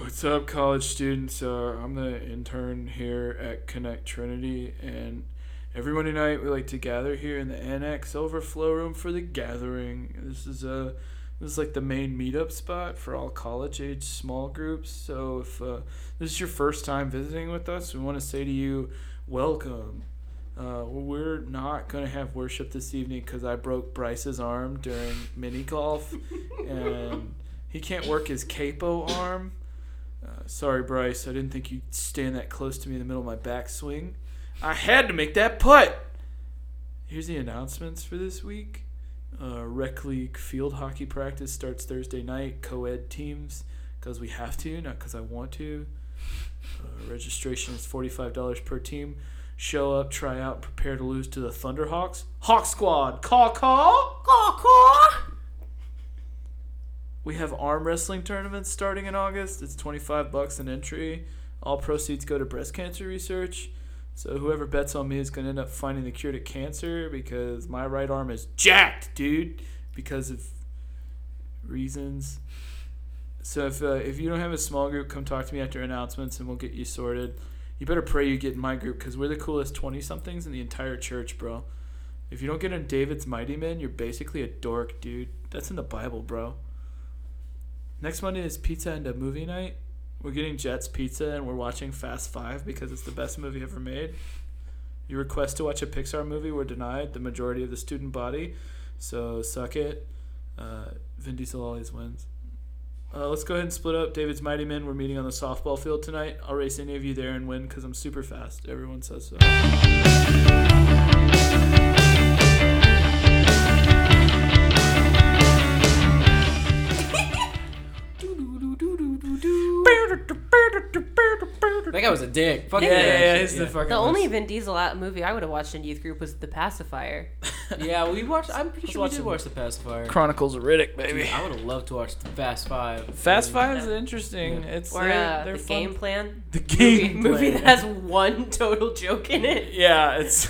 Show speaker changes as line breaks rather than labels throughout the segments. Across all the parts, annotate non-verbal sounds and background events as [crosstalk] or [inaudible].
What's up, college students? Uh, I'm the intern here at Connect Trinity, and every Monday night we like to gather here in the annex overflow room for the gathering. This is uh, this is like the main meetup spot for all college age small groups. So if uh, this is your first time visiting with us, we want to say to you, welcome. Uh, we're not gonna have worship this evening because I broke Bryce's arm during mini golf, and he can't work his capo arm. Uh, sorry, Bryce. I didn't think you'd stand that close to me in the middle of my backswing. I had to make that putt. Here's the announcements for this week. Uh, rec league field hockey practice starts Thursday night. Co-ed teams, because we have to, not because I want to. Uh, registration is forty-five dollars per team. Show up, try out, prepare to lose to the Thunderhawks. Hawk Squad, caw caw, caw caw. We have arm wrestling tournaments starting in August. It's 25 bucks an entry. All proceeds go to breast cancer research. So whoever bets on me is going to end up finding the cure to cancer because my right arm is jacked, dude, because of reasons. So if uh, if you don't have a small group, come talk to me after announcements and we'll get you sorted. You better pray you get in my group because we're the coolest 20 somethings in the entire church, bro. If you don't get in David's Mighty Men, you're basically a dork, dude. That's in the Bible, bro. Next Monday is pizza and a movie night. We're getting Jets Pizza and we're watching Fast Five because it's the best movie ever made. Your requests to watch a Pixar movie were denied, the majority of the student body. So suck it. Uh, Vin Diesel always wins. Uh, let's go ahead and split up. David's Mighty Men, we're meeting on the softball field tonight. I'll race any of you there and win because I'm super fast. Everyone says so.
That guy was a dick. Fuck
Yeah,
that
yeah, yeah,
shit,
he's the fucking
The
worst.
only Vin Diesel out- movie I would have watched in youth group was
[laughs]
The Pacifier.
Yeah, we watched. I'm pretty
Let's
sure
watch
we did
some-
watch the pacifier.
Chronicles of Riddick,
Dude,
baby.
I would have loved to watch the Fast Five.
Fast
I mean,
Five is interesting.
Yeah.
It's
Or
they're,
uh,
they're
The
fun.
Game Plan.
The game
[laughs] movie
plan.
that has one total joke in
[laughs]
it.
yeah, it's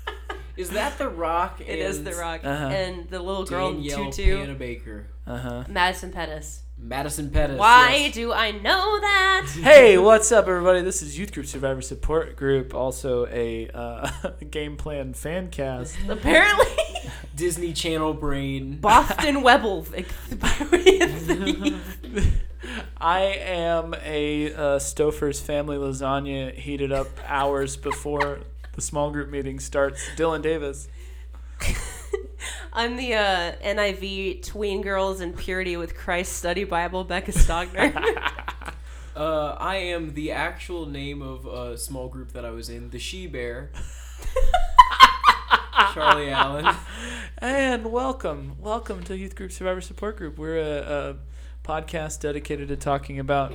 [laughs] Is that The Rock?
[laughs] It is The Rock.
Uh-huh.
And the little girl in
Danielle
tutu.
Panna Baker,
uh
Uh-huh.
huh.
Madison Pettis.
Madison Pettis.
Why
yes.
do I know that?
[laughs]
Hey, what's up, everybody? This is Youth Group Survivor Support Group, also a uh, [laughs] game plan fan
[laughs]
cast.
[laughs]
Apparently,
Disney Channel brain?
Boston Webble.
[laughs]
[laughs] Youth.
I am a uh, Stouffer's family lasagna heated up hours before the small group meeting starts. Dylan Davis.
[laughs] I'm the uh, NIV tween girls in purity with Christ study Bible,
[laughs]
Becca Stogner.
Uh, I am the actual name of a small group that I was in, the She
[laughs]
Bear.
[laughs]
Charlie Allen.
And welcome, welcome to Youth Group Survivor Support Group. We're a, a podcast dedicated to talking about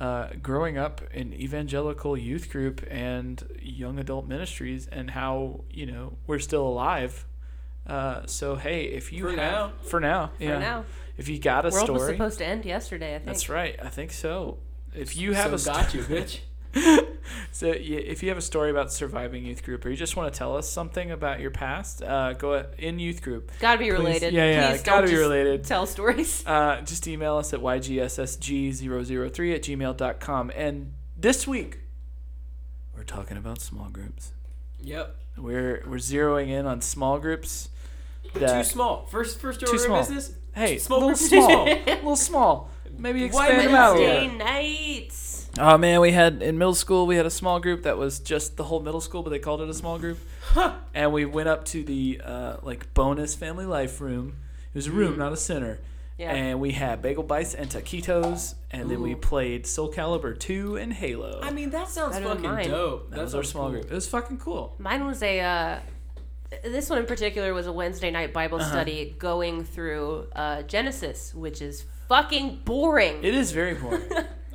uh, growing up in evangelical youth group and young adult ministries, and how you know we're still alive. Uh, so hey, if you
For
have,
now.
for now, yeah,
now.
if you got a
World was
story,
supposed to end yesterday, I think.
that's right. I think so. If you have a
so
sto-
got you, bitch.
so, yeah, if you have a story about surviving youth group, or you just want to tell us something about your past, uh, go a- in youth group.
Gotta be
Please-
related.
yeah, yeah,
Please
gotta
don't
be
just
related.
Tell stories.
[laughs] Uh, just email us at ygssg003 at gmail.com. And this week, we're talking about small groups.
Yep.
We're we're zeroing in on small groups.
Too
That,
small. First, first
Too
order
small.
of business.
hey,
small
little
groups. [laughs]
small, little small. Maybe
Why
expand them out a little.
Wednesday nights.
Oh man, we had in middle school we had a small group that was just the whole middle school, but they called it a small group. And we went up to the uh, like bonus family life room. It was a room,
Mm.
not a center.
Yeah.
And we had bagel bites and taquitos, and then we
Ooh.
played Soul Calibur two and Halo.
I mean, that sounds
Better than
fucking
mine.
dope.
that was our small group. It was fucking cool.
Mine was a. Uh, this one in particular was a Wednesday night Bible
Uh-huh.
study going through uh, Genesis, which is fucking boring.
It is very
[laughs]
boring.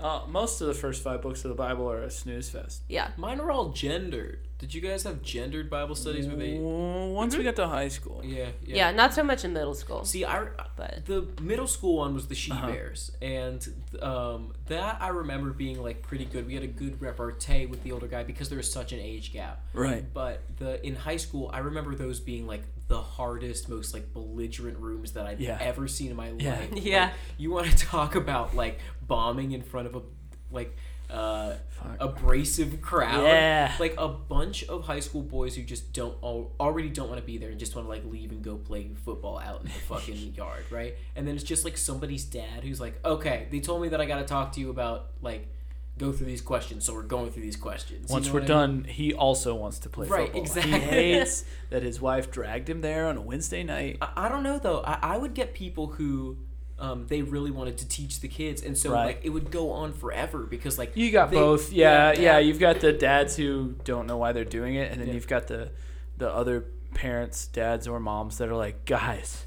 uh, most of the first five books of the Bible are a snooze fest.
yeah.
Mine are all gendered. Did you guys have gendered Bible studies with a?
Once we got to high school,
Mm-hmm. Yeah, yeah.
yeah, not so much in middle school.
See, I
But-
the middle school one was the she bears, and um, that I remember being like pretty good. We had a good repartee with the older guy because there was such an age gap.
right?
But the in high school, I remember those being like the hardest, most like belligerent rooms that I've
Yeah. [laughs]
ever seen in my
Yeah.
life. Like, [laughs]
Yeah.
you want to talk about like bombing in front of a like uh,
Fuck.
abrasive crowd.
Yeah.
Like a bunch of high school boys who just don't al- already don't want to be there and just want to like leave and go play football out
[laughs]
in the fucking yard, right? And then it's just like somebody's dad who's like, "Okay, they told me that I got to talk to you about like go through these questions, so we're going through these questions." You
Once
know
we're
what I mean?
done, he also wants to play
Right,
football.
exactly.
He hates that his wife dragged him there on a Wednesday night.
I, I don't know though. I, I would get people who um, they really wanted to teach the kids, and so
Right.
like it would go on forever because like
You got
they-
both. Yeah, yeah,
that-
You've got the dads who don't know why they're doing it, and then
Yeah.
you've got the the other parents, dads or moms that are like, guys,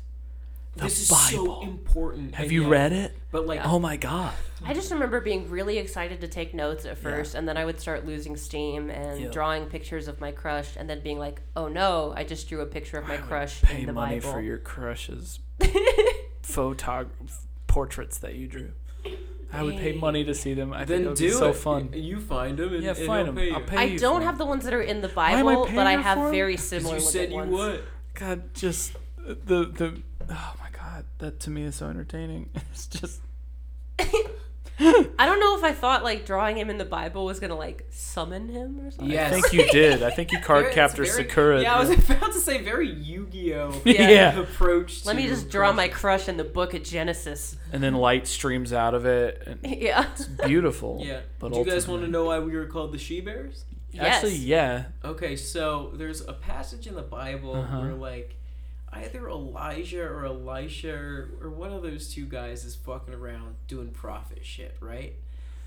the
this is
Bible.
so important.
have
and
you
yet-
read it?
But like
Oh my god.
I just remember being really excited to take notes at first, and then I would start losing steam and
Yeah.
drawing pictures of my crush, and then being like, "Oh no, I just drew a picture of my crush
Pay
in the
money
Bible."
for your
[laughs]
crush's photog portraits that you drew. I would pay money to see them. I think it
then
would
do
be so
it.
fun.
Y- You find them. And,
Yeah,
and
find
they'll
'em.
Pay
I'll
you.
pay
I
you
don't
for
have the ones that are in the
am I
Bible,
paying
but I
you for
have
'em?
very
'Cause
similar.
you
looking
said you
ones.
would.
God, just the the oh my god, that to me is so entertaining. [laughs] It's just
I don't know if I thought like drawing him in the Bible was gonna like summon him or something.
I
Yes.
think you did. I
[laughs]
think you card
Very-
captor
it's very-
Sakura.
Yeah,
[laughs]
I was [laughs] about to say very Yu-Gi-Oh.
Yeah.
yeah. approach.
Let me
to
just draw my
crushes.
crush in the Book of Genesis. [laughs]
and then light streams out of it. And
yeah.
it's beautiful.
[laughs] Yeah.
But
Do you guys want to
ultimately-
know why we were called the She Bears?
Actually,
yes.
yeah.
Okay, so there's a passage in the Bible
Uh-huh.
where like either Elijah or Elisha or, or one of those two guys is fucking around doing prophet shit, right?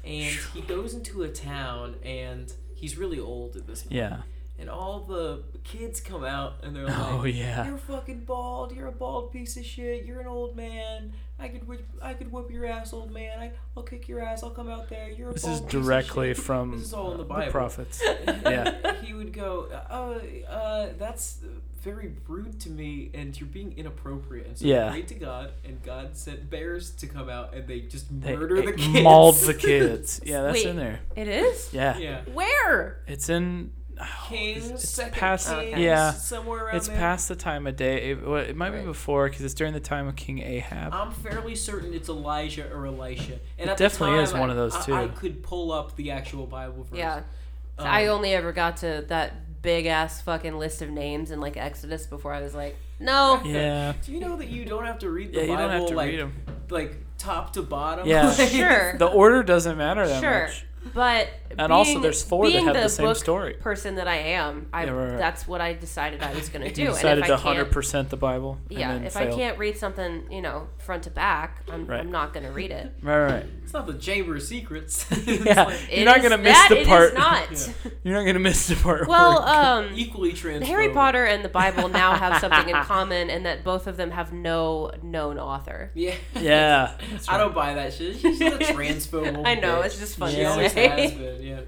And he goes into a town and he's really old at this point.
Yeah.
And all the kids come out and they're like,
Oh yeah.
"You're fucking bald. You're a bald piece of shit. You're an old man. I could whip, I could whip your ass, old man. I, I'll kick your ass. I'll come out there. You're a
This
bald
is
Oh, piece of
directly
shit."
from
This is all in the
uh,
Bible. [laughs]
prophets.
And
Yeah.
[laughs] He would go, "Oh, uh, that's very rude to me, and you're being inappropriate." And so
Yeah.
he prayed to God, and God sent bears to come out, and they just
They, [laughs]
murder the
they
kids.
mauled
[laughs]
the kids. Yeah, that's in
Wait.
there.
It is.
Yeah.
yeah.
Where?
It's in. oh,
Kings,
it's- it's
second
past.
Kings,
Yeah.
somewhere around
It's
there.
past the time of day. It, well, it might be
Right.
before because it's during the time of King Ahab.
I'm fairly certain it's Elijah or Elisha.
It
And at
definitely
the time,
is one of those
I,
two.
I, I could pull up the actual Bible verse.
Yeah.
Um,
I only ever got to that big ass fucking list of names in like Exodus before I was like, no.
yeah.
Do you know that you don't have to read the
Yeah, you
Bible
don't have to
like,
read 'em.
like top to bottom?
Yeah.
[laughs] Like,
Sure.
The order doesn't matter that
Sure.
much.
But
And also
being-
there's four that
being
have
the,
the same
book
story.
person that I am, I
Yeah, right, right.
that's what I decided I was gonna
[laughs]
do.
You
and
decided
if I
to
can't,
100% the Bible. and
yeah,
then
if I
failed.
can't read something, you know, front to back, I'm,
Right.
I'm not gonna
[laughs]
read it.
Right, right.
It's not the Chamber of Secrets. [laughs] It's
Yeah.
like
You're
It
not
is
gonna miss
that,
the
it is
part- [laughs]
not.
You're not going to miss the part. where-
[laughs] Well, um,
equally transferable.
Harry Potter and the Bible now have something in common, and that both of them have no known author.
Yeah.
[laughs] yeah. that's
[laughs] I
right.
don't buy that shit. She's just
[laughs]
a transphobe.
I know
bitch.
it's just funny
She
Yeah.
to
always has
say.
been, yeah.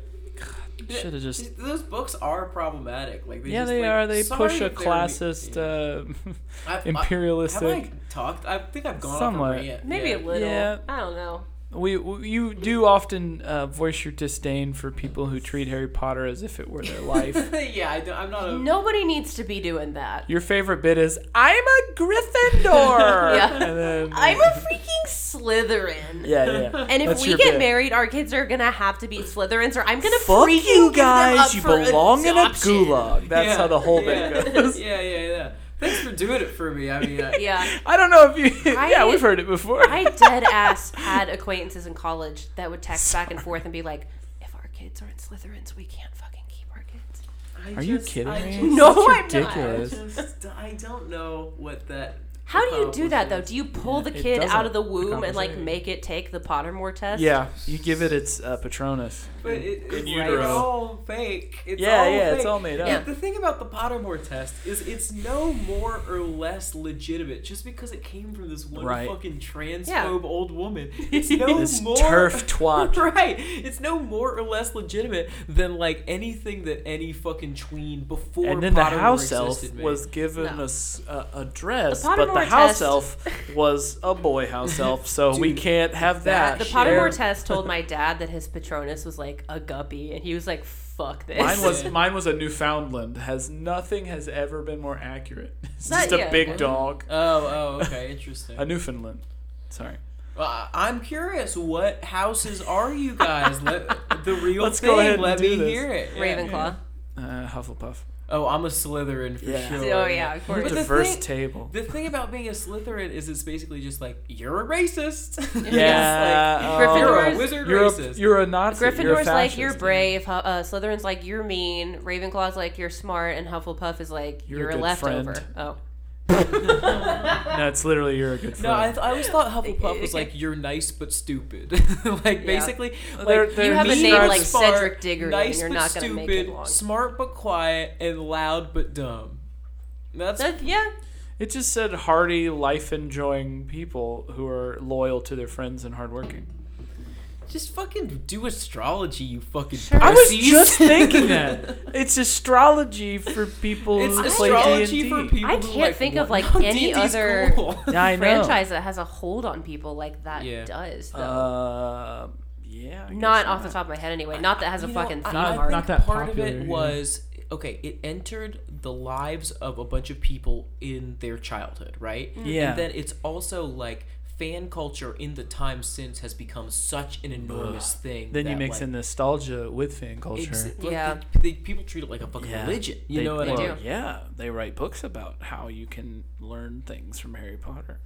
Shoulda just-
Those books are problematic. Like they
Yeah,
just,
they
like,
are. They
sorry
push a
if they're re-
classist,
yeah. [laughs]
uh,
I've- I- Have
imperialistic.
I talked? I think I've gone
Somewhat.
off a rant.
Maybe
yeah. [laughs]
a little.
Yeah.
I don't know.
We, we you do often uh, voice your disdain for people who treat Harry Potter as if it were their
[laughs]
life.
yeah, I don't, I'm
Uh,
not a.
Nobody needs to be doing that.
Your favorite bit is "I'm a Gryffindor."
[laughs] Yeah.
And then, [laughs]
I'm a freaking Slytherin.
yeah, yeah.
And if
That's
we
your
get
bit.
married, our kids are gonna have to be Slytherins, or I'm gonna
fuck
freaking
you
give them up
guys, you
for
belong in a
adoption.
gulag. That's
yeah,
how the whole
yeah,
thing goes.
[laughs] Yeah, yeah, yeah. Thanks for doing it for me. I mean, I,
Yeah.
I don't know if you. [laughs]
I-
yeah, we've heard it before.
I dead ass had acquaintances in college that would text back and forth and be like, "If our kids aren't Slytherins, we can't fucking keep our kids."
I
[laughs] Are you
just-
kidding
I
me?
Just,
No,
That's
I'm not.
I
ridiculous.
just, I don't know what that.
How do you do that though?
accomplishes.
Do you pull the
it
kid
doesn't
out of the womb and like
compensate.
make it take the Pottermore test? Uh,
Yeah, you give it its uh, Patronus.
But it, it's,
utero.
it's all fake. It's
Yeah,
all
yeah,
fake.
it's all made up.
Yeah, The thing about the Pottermore test is it's no more or less legitimate just because it came from this one
Right.
fucking transphobe
Yeah.
old
[laughs]
woman. It's no
This
more
[laughs] turf
[laughs]
twat.
right. It's no more or less legitimate than like anything that any fucking tween before
and then the
Pottermore
house elf
existed made.
was given
No.
a s a a a, dress,
The
but the
Pottermore
house
test-
elf was a boy house elf, so we
Dude,
can't have that.
The
shit.
Pottermore test told my dad that his Patronus was like a guppy, and he was like, "Fuck this."
Mine was
Yeah.
mine was a Newfoundland. Has nothing has ever been more accurate. [laughs] It's
That-
just a
yeah.
big dog, [laughs]
Oh, oh, okay, interesting.
a Newfoundland. Sorry,
Uh, I'm curious. What houses are you guys? Let,
[laughs]
the real
Let's
thing.
go ahead and
Let
do
me
this.
hear it. Yeah.
[laughs] Ravenclaw.
Uh, Hufflepuff.
Oh, I'm a Slytherin for
Yeah.
sure.
Oh yeah, of
But
course.
the
Diverse
thing-
table.
The thing about being a Slytherin is it's basically just like you're a racist. [laughs] It's
Yeah,
like,
oh.
you're a
Gryffindor's-
wizard
You're a,
racist.
you're a Nazi. you're a
Gryffindor's like
fascist.
you're brave, Hu- uh, Slytherin's like you're mean, Ravenclaw's like you're smart, and Hufflepuff is like
You're
you're,
a
a,
good
leftover.
friend.
Oh,
[laughs]
[laughs]
No, it's literally you're a good friend.
no, I, th- I always thought Hufflepuff was like you're nice but stupid. [laughs] like basically, like
They're- they're
you have a
mean
name
but
like
smart,
Cedric Diggory,
nice
and you're
but
not gonna
stupid,
make it long.
smart but quiet, and loud but dumb. That's
That- yeah,
It just said hardy, life enjoying people who are loyal to their friends and hardworking.
just fucking do astrology, you fucking.
Sure.
I was
pussies.
just thinking that. It's astrology for people
[laughs] It's
who play
astrology
D&D.
for people.
I
who,
can't
like,
think of,
want-
like,
[laughs] No,
any
D&D's
other-
cool.
Yeah, I know.
franchise that has a hold on people like that
Yeah.
does. Though.
Uh, yeah. I
not
guess
off the top of my head, anyway. Not that has a
You know,
fucking
I-
theme
I
Not-
park.
think
not that
part of
popular,
it
yeah.
was okay. It entered the lives of a bunch of people in their childhood, right?
Mm.
Yeah.
And then it's also like fan culture in the time since has become such an enormous thing.
Then you
that,
mix
like,
in nostalgia with fan culture.
ex- like,
Yeah.
they- they- people treat it like a fucking
Yeah.
religion. You
They-
know what I
They
mean?
well,
do.
Yeah, they write books about how you can learn things from Harry Potter.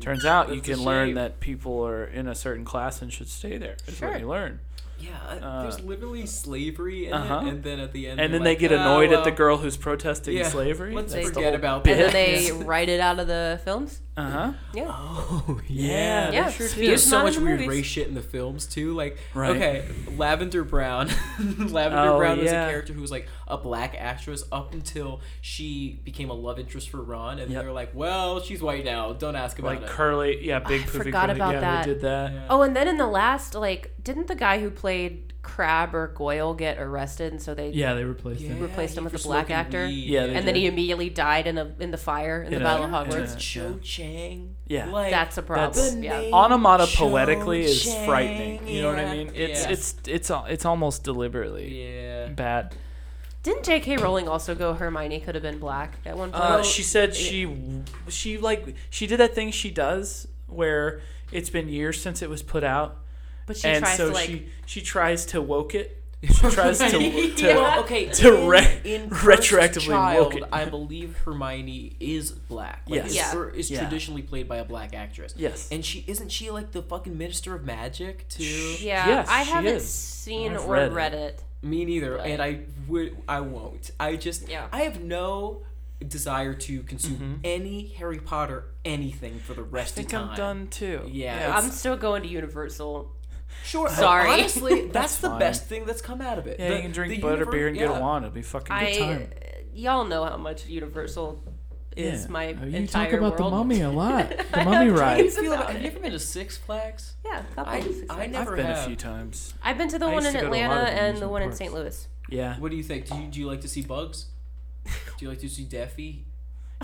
Turns out you
That's a
can learn
shame.
that people are in a certain class and should stay there. Is
Sure.
what you learn.
Yeah,
Uh,
there's literally slavery, in
uh-huh.
it, and then at the end,
And
they're
then they
like,
get
"Ah,
annoyed at the
well,
girl who's protesting
yeah,
slavery.
Let's
That's the
forget
whole
about
bit.
And then
that.
they [laughs] write it out of the films.
Uh huh.
Yeah.
[laughs] Oh
Yeah,
Yeah,
they sure
it's
do.
used
There's so
not
much
in the
weird
movies.
race shit in the films too. Like,
Right.
okay, Lavender Brown. [laughs] Lavender
Oh,
Brown was a
yeah.
character who was like a black actress up until she became a love interest for Ron, and
Yep.
they were like, "Well, she's white now. Don't ask about
like
it."
curly, yeah, big
I
poofy
forgot
curly.
about
yeah,
that.
they did that.
Yeah.
Oh, and then in the last, like, didn't the guy who played Crab or Goyle get arrested? And so they
Yeah, they replaced
Yeah,
him.
replaced him
for
with a black
smoking
actor.
weed.
Yeah, they
and then he immediately died in a in the fire in the
In a-
Battle of
in a-
Hogwarts.
It's Cho Chang.
Yeah.
Like,
That's a problem.
That's-
yeah.
Onomatopoetically is
Cho-chang,
frightening. You know what I
yeah.
mean? It's
Yeah.
it's it's al- it's almost deliberately
yeah.
bad.
Didn't J.K. Rowling also go Hermione could have been black at one point?
Uh, she said she she like she did that thing she does where it's been years since it was put out,
but she
and
tries
so
to like
she she tries to woke it.
[laughs]
She tries to
Right.
to.
well, okay,
[laughs] to
in,
re-
in
retroactively
Cursed Child,
woke it.
I believe Hermione is black. Like,
Yes.
is,
Yeah.
or is
Yeah.
traditionally played by a black actress.
Yes.
And she isn't she like the fucking minister of magic too?
yeah.
Yes,
I
she
haven't
is.
seen
I've
or
read
read,
it.
it.
Me neither, and I would I won't. I just
Yeah.
I have no desire to consume any Harry Potter anything for the rest
Mm-hmm. I think
of time.
I'm done too.
Yeah,
I'm still going to Universal.
Sure.
Sorry.
[laughs]
Honestly, that's, the
fine.
best thing that's come out of it.
Yeah,
the,
you can drink
the
butter beer and
universe-
get a
yeah.
wand. It'll be fucking good
I uh,
time.
y'all know how much Universal is
Yeah.
my
Oh, you
entire
talk about
world.
the mummy a
[laughs]
lot. The
I'm
mummy
trying
How do you
ride.
to-
feel
about
about- have
it.
you ever been to Six Flags?
Yeah, a couple
I-
of six
I
months.
never-
I've been a
have.
few times.
I've been to the
I
one
used
in
to go to a lot of
Atlanta and the
amusement
one in
parks.
St. Louis.
Yeah.
What do you think? Do you do you like to see bugs? Do you like to see Daffy?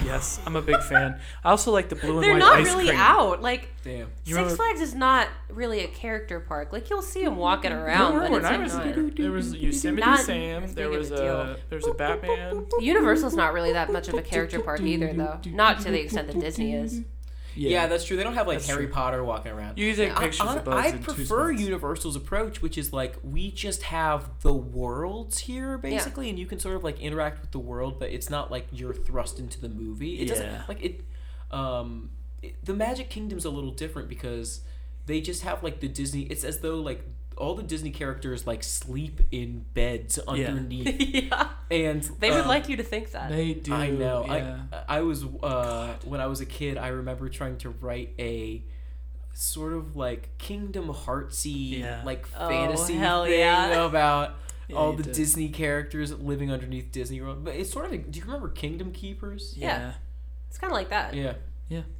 Yes, I'm a big fan. I also like the blue and
They're
white
not
ice
really
cream.
out. Like
Damn.
You
Six
remember-
Flags is not really a character park. Like you'll see them walking around,
Remember
but
when
it's
I
like
was a
not.
kid, there [laughs] was Yosemite
Not
Sam.
as
There
big
was
of a
a there's a Batman. [laughs]
Universal's not really that much of a character park either, though. Not to the extent that
[laughs]
Disney is. [laughs]
Yeah, that's true. They don't have like
That's
Harry
true.
Potter walking around.
You can take
I-
pictures
I,
of bugs
I
in two
prefer
spots.
Universal's approach, which is like we just have the worlds here basically, and you can sort of like interact with the world, but it's not like you're thrust into the movie. It
Yeah.
doesn't like it. Um, it- the Magic Kingdom's a little different because they just have like the Disney. It's as though like all the Disney characters like sleep in beds
[laughs]
underneath,
yeah,
and
they would
um,
like you to think that.
Uh, They do.
I know.
Yeah.
I I was uh, when I was a kid. I remember trying to write a sort of like Kingdom Heartsy
Yeah.
like
Oh,
fantasy
hell
thing
yeah.
[laughs] about
Yeah,
all
you
the
did.
Disney characters living underneath Disney World. But it's sort of. do you remember Kingdom Keepers?
yeah.
It's kind of like that.
Yeah.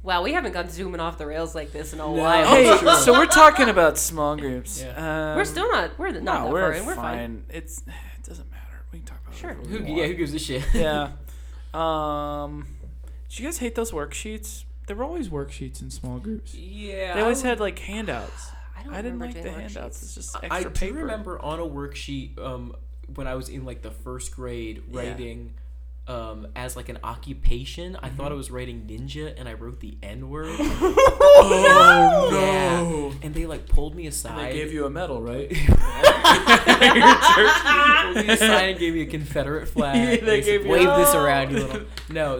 Wow, we haven't gone zooming off the rails like this in a
No.
while.
Hey,
Sure.
so we're talking about small groups. Um,
we're still not. We're not
no,
that
we're
far in. We're
fine.
fine.
It's [sighs] it doesn't matter. We can talk about
Sure.
it.
Who?
Who?
Yeah. Who gives a shit?
[laughs] Yeah. Um. Do you guys hate those worksheets? There were always worksheets in small groups. [laughs]
[laughs] yeah.
They always
I-
had like handouts.
I don't
I didn't
remember
like the
doing worksheets.
handouts. It's just extra
I do
paper.
remember on a worksheet um, when I was in like the first grade
Yeah.
writing
Mm-hmm.
um, as like an occupation. I thought I was writing ninja, and I wrote the N word.
Oh,
Yeah.
no.
And they like pulled me aside.
They gave you a medal, right?
pulled
[laughs]
me aside and gave me a Confederate flag.
Yeah,
and
they
they said,
gave you-
Wave this around, you little. No,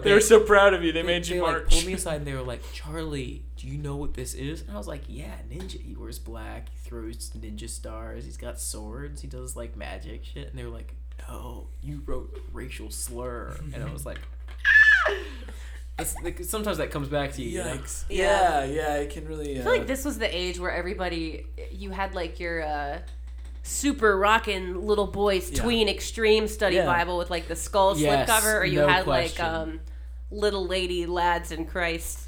[laughs] They were so proud of you. They made you
they,
march.
Like, pulled me aside and they were like, Charlie, do you know what this is? And I was like, Yeah, ninja. He wears black. He throws ninja stars. He's got swords. He does like magic shit. And they were like, No, you wrote a racial slur. And I
[laughs]
was like, "Ah!" It's, like, sometimes that comes back to you. you
[laughs]
know?
Yikes.
Yeah.
Yeah, yeah, I can really. Uh,
I feel like this was the age where everybody you had like your uh super rockin' little boys
Yeah.
tween extreme study
Yeah.
bible with like the skull
Yes,
slipcover or you
no
had
question.
like um little lady lads in Christ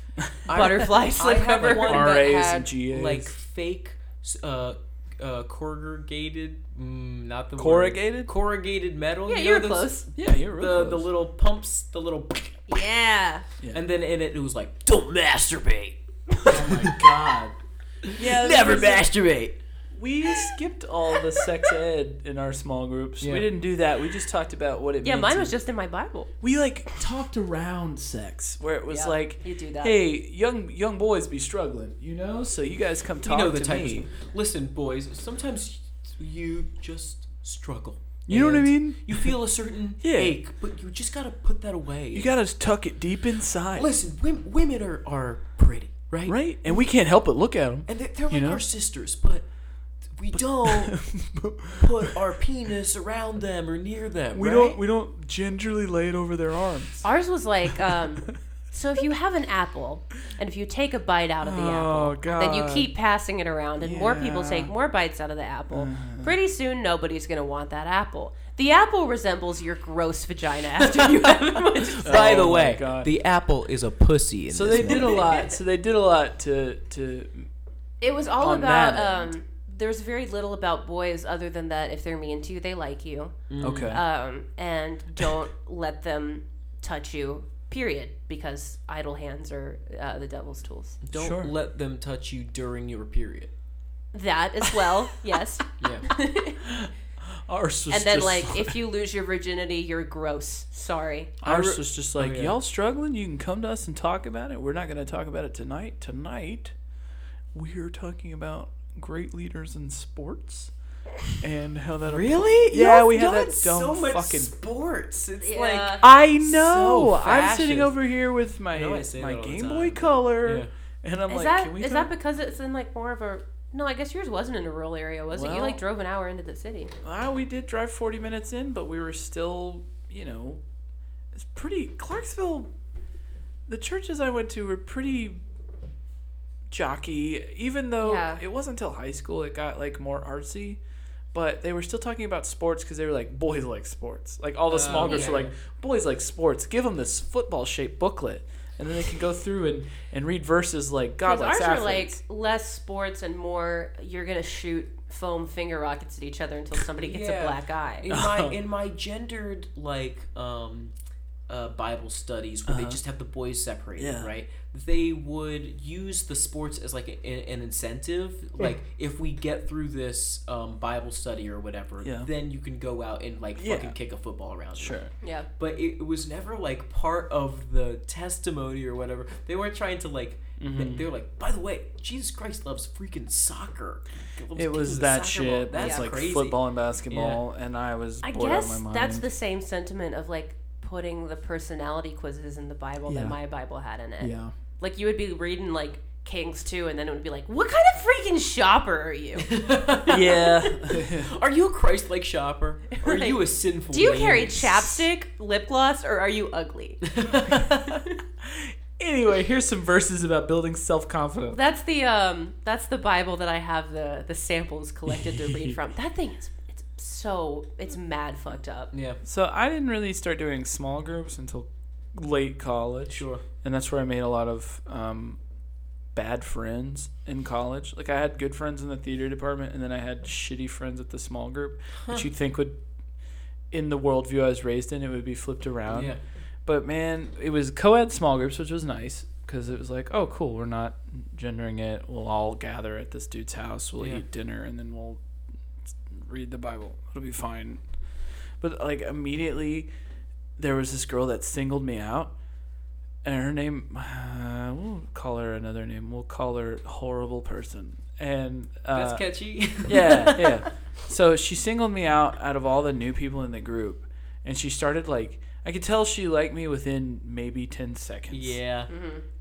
I-
butterfly
I have
slipcover.
one that
RAs
had,
and GAs.
like fake, uh, uh, corrugated, mm, not the word.
Corrugated?
corrugated metal.
Yeah,
you
you,
know
were
those-
close.
Yeah, you're really
The the
close.
little pumps, the little, [laughs]
Yeah.
and then in it it was like, don't masturbate,
Oh my
[laughs]
god. Yeah,
never
back.
masturbate.
[laughs] We skipped all the sex ed in our small groups.
Yeah.
We didn't do that. We just talked about what it
Yeah,
means.
mine
to-
was just in my Bible.
We like talked around sex, where it was
Yeah,
like,
you do that.
"Hey, young young boys be struggling, you know, so you guys come
You
talk
know the
to
type.
me."
Of, listen, boys, sometimes you just struggle.
You know what I
and
mean?
You feel a certain
[laughs] Yeah.
ache, but you just gotta put that away.
You gotta tuck it deep inside,
listen. Women, women are are pretty, right?
right? And we can't help but look at them.
And they're, they're like
You know?
our sisters, but
[laughs]
we don't put our penis around them or near them.
[laughs] We
right?
don't we don't gingerly lay it over their arms.
Ours was like um so if you have an apple and if you take a bite out of the apple
Oh god.
then you keep passing it around and more people
Yeah. Uh-huh.
take more bites out of the apple pretty soon nobody's going to want that apple the apple resembles your gross vagina after you
[laughs]
have it
[laughs]
much
By
Oh
the
my
way,
God.
the apple is a pussy. In
So
this
they did a
movie.
[laughs]
lot. So they did a lot to to
it was all
On
about
that end.
um there's very little about boys other than that if they're mean to you they like you
okay.
um and
[laughs]
don't let them touch you period because idle hands are uh, the devil's tools
Don't
Sure.
let them touch you during your period.
that as well
[laughs]
yes
Yeah. [laughs]
[laughs]
ours was
and then
just
like if you lose your virginity you're gross sorry
Ours
I re- Oh,
was just like,
yeah.
y'all struggling? You can come to us and talk about it. We're not going to talk about it tonight. Tonight, we're talking about great leaders in sports and how that.
really?
Yeah, we had that dumb fucking-
sports. It's
Yeah.
I know.
So
I'm sitting
fascist.
over here with my
know I say
my
that all the
Game
time,
Boy
but-
Color,
Yeah.
and I'm
Is
like,
that
can we
is
talk?
that because it's in like more of a no? I guess yours wasn't in a rural area, was it? You
Well-
like drove an hour into the city.
Ah, we did drive 40 minutes in, but we were still, you know, it's pretty. Clarksville, the churches I went to were pretty jockey, even though
Yeah.
it wasn't until high school it got like more artsy. But they were still talking about sports because they were like, boys like sports. Like
Oh,
all the small groups were
yeah.
like, boys like sports. Give them this football shaped booklet. And then they can go through and, and read verses like God likes
Because ours are like
athletes.
less sports and more. You're gonna shoot foam finger rockets at each other until somebody gets
Yeah.
a black eye.
in
Oh.
my in my gendered like um uh, Bible studies where they just have the boys separated,
Uh-huh. Yeah.
right? They would use the sports as like a, an incentive. Like if we get through this um, Bible study or whatever,
Yeah.
then you can go out and like
Yeah.
fucking kick a football around.
Sure.
Yeah,
But it, it was never like part of the testimony or whatever. They weren't trying to like.
Mm-hmm.
they- They were like, by the way, Jesus Christ loves freaking soccer. Loves
It was
kicking the
that
soccer ball."
shit. That's
That's
it's like
crazy.
football and basketball, and I was
I
bored out of my
guess
mind.
that's the same sentiment of like putting the personality quizzes in the Bible
Yeah.
that my Bible had in it.
yeah.
Like you would be reading like Kings two, and then it would be like, "What kind of freaking shopper
[laughs]
are you?
Yeah. [laughs]
Are you a Christ-like shopper? Or are
Right.
you a sinful?
Do you
man?
carry chapstick, lip gloss, or are you ugly?"
anyway, here's some verses about building self confidence.
[laughs] That's the um that's the Bible that I have the the samples collected to read [laughs] from. That thing is it's so it's mad fucked up.
[laughs] Yeah,
So I didn't really start doing small groups until late college.
sure.
And that's where I made a lot of um, bad friends in college. Like I had good friends in the theater department, and then I had shitty friends at the small group, which you'd think would, in the worldview I was raised in, it would be flipped around.
Yeah,
But man, it was co-ed small groups, which was nice because it was like, oh, cool, we're not gendering it. We'll all gather at this dude's house. We'll
Yeah.
eat dinner and then we'll read the Bible. It'll be fine. But like immediately, there was this girl that singled me out, and her name uh, we'll call her another name we'll call her horrible person and uh,
That's catchy. [laughs]
[laughs]
yeah yeah so she singled me out out of all the new people in the group and she started like i could tell she liked me within maybe 10 seconds
yeah.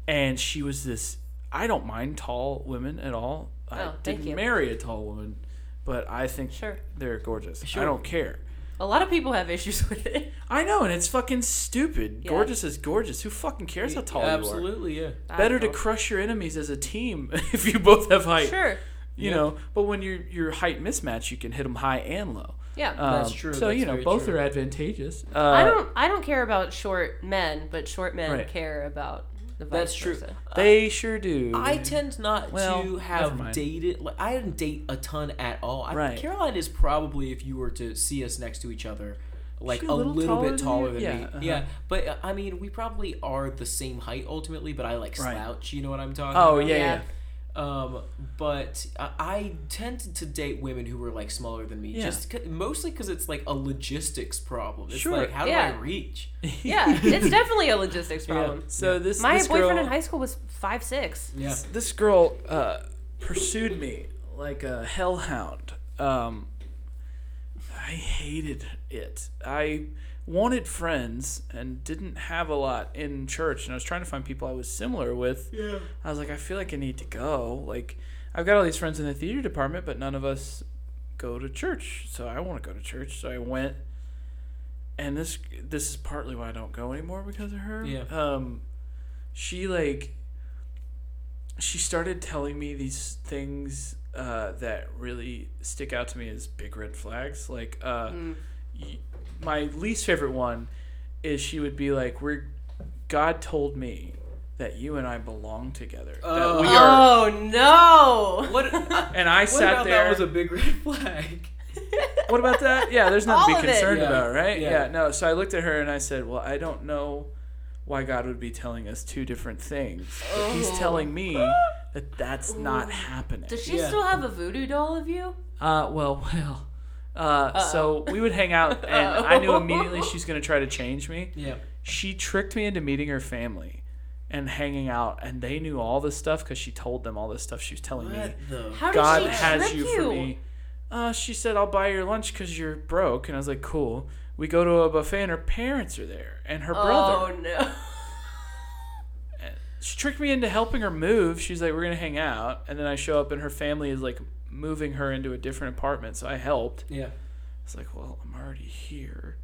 and she was this i don't mind tall women at all i
Oh, thank
didn't
you.
marry a tall woman but i think
Sure.
they're gorgeous
Sure.
i don't care
A lot of people have issues [laughs] with it.
i know and it's fucking stupid
Yeah.
gorgeous is gorgeous who fucking cares how tall you are
Absolutely, yeah.
I
better to
don't know.
crush your enemies as a team [laughs] if you both have height
Sure.
you
Yeah.
know but when you're your height mismatch you can hit them high and low
Yeah.
That's
Um,
true,
so
that's
you know
very
both
true.
are advantageous uh,
I don't. I don't care about short men, but short men
Right.
care about the vice
That's true.
versa.
they sure do
I tend not
Well,
to
never
have
mind.
dated. Like, I didn't date a ton at all. I,
Right.
Caroline is probably, if you were to see us next to each other, like
She
a,
a
little,
little
bit taller
taller
than
than
me.
you?
Yeah,
Yeah, uh-huh.
but uh, I mean, we probably are the same height ultimately. But I like
Right.
slouch. You know what I'm talking?
oh
about?
yeah,
Yeah.
yeah.
Um, but I, I tend to date women who were like smaller than me,
Yeah.
just 'cause- mostly because it's like a logistics problem. It's
Sure.
like how do
Yeah.
I reach?
[laughs]
Yeah, it's definitely a logistics problem.
so this
My
this
boyfriend
girl-
in high school was five six.
Yeah.
this, this girl uh, pursued me like a hellhound. Um, I hated it. I wanted friends and didn't have a lot in church, and I was trying to find people I was similar with. Yeah. I was like, I feel like I need to go. Like, I've got all these friends in the theater department, but none of us go to church, so I want to go to church. So I went, and this this is partly why I don't go anymore because of her.
Yeah.
Um, she like she started telling me these things uh, that really stick out to me as big red flags. Like, uh, y- my least favorite one is she would be like, "We're God told me that you and I belong together, that we
Oh.
are."
Oh
[laughs]
no!
What? I,
And I
what
sat
about
there.
that was a big red flag.
[laughs] what about that? Yeah,
[laughs]
there's nothing to
All of
be
it.
concerned
Yeah.
about, right?
Yeah.
Yeah. no. So I looked at her and I said, "Well, I don't know why God would be telling us two different things. But He's
Oh.
telling me that that's not happening."
Does she
Yeah.
still have a voodoo doll of you?
Uh, well, well. Uh, so we would hang out, and I
[laughs]
knew immediately she's gonna try to change me.
Yeah.
She tricked me into meeting her family and hanging out, and they knew all this stuff because she told them all this stuff she was telling me.
What the?
How did
God
she
has
trick
you for me. Uh, she said, "I'll buy your lunch because you're broke," and I was like, "Cool." We go to a buffet, and her parents are there, and her brother.
Oh no!
She tricked me into helping her move. She's like, "We're gonna hang out," and then I show up, and her family is like moving her into a different apartment, so I helped.
Yeah.
It's like, well, I'm already here.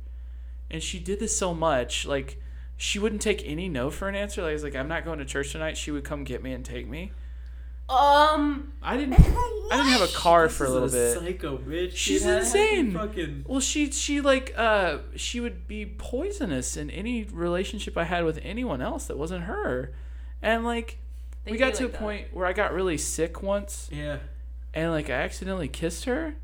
And she did this so much, like she wouldn't take any no for an answer. Like, I was like, I'm not going to church tonight. She would come get me and take me.
Um,
I
[laughs]
didn't. I didn't have a car for a
This
little
is
bit.
Psycho bitch.
She's
Dude, how- how do you
insane.
Fucking.
Well, she she like uh she would be poisonous in any relationship I had with anyone else that wasn't her, and like
They
we
do
got to
like
a
that.
point where I got really sick once,
Yeah.
and like I accidentally kissed her.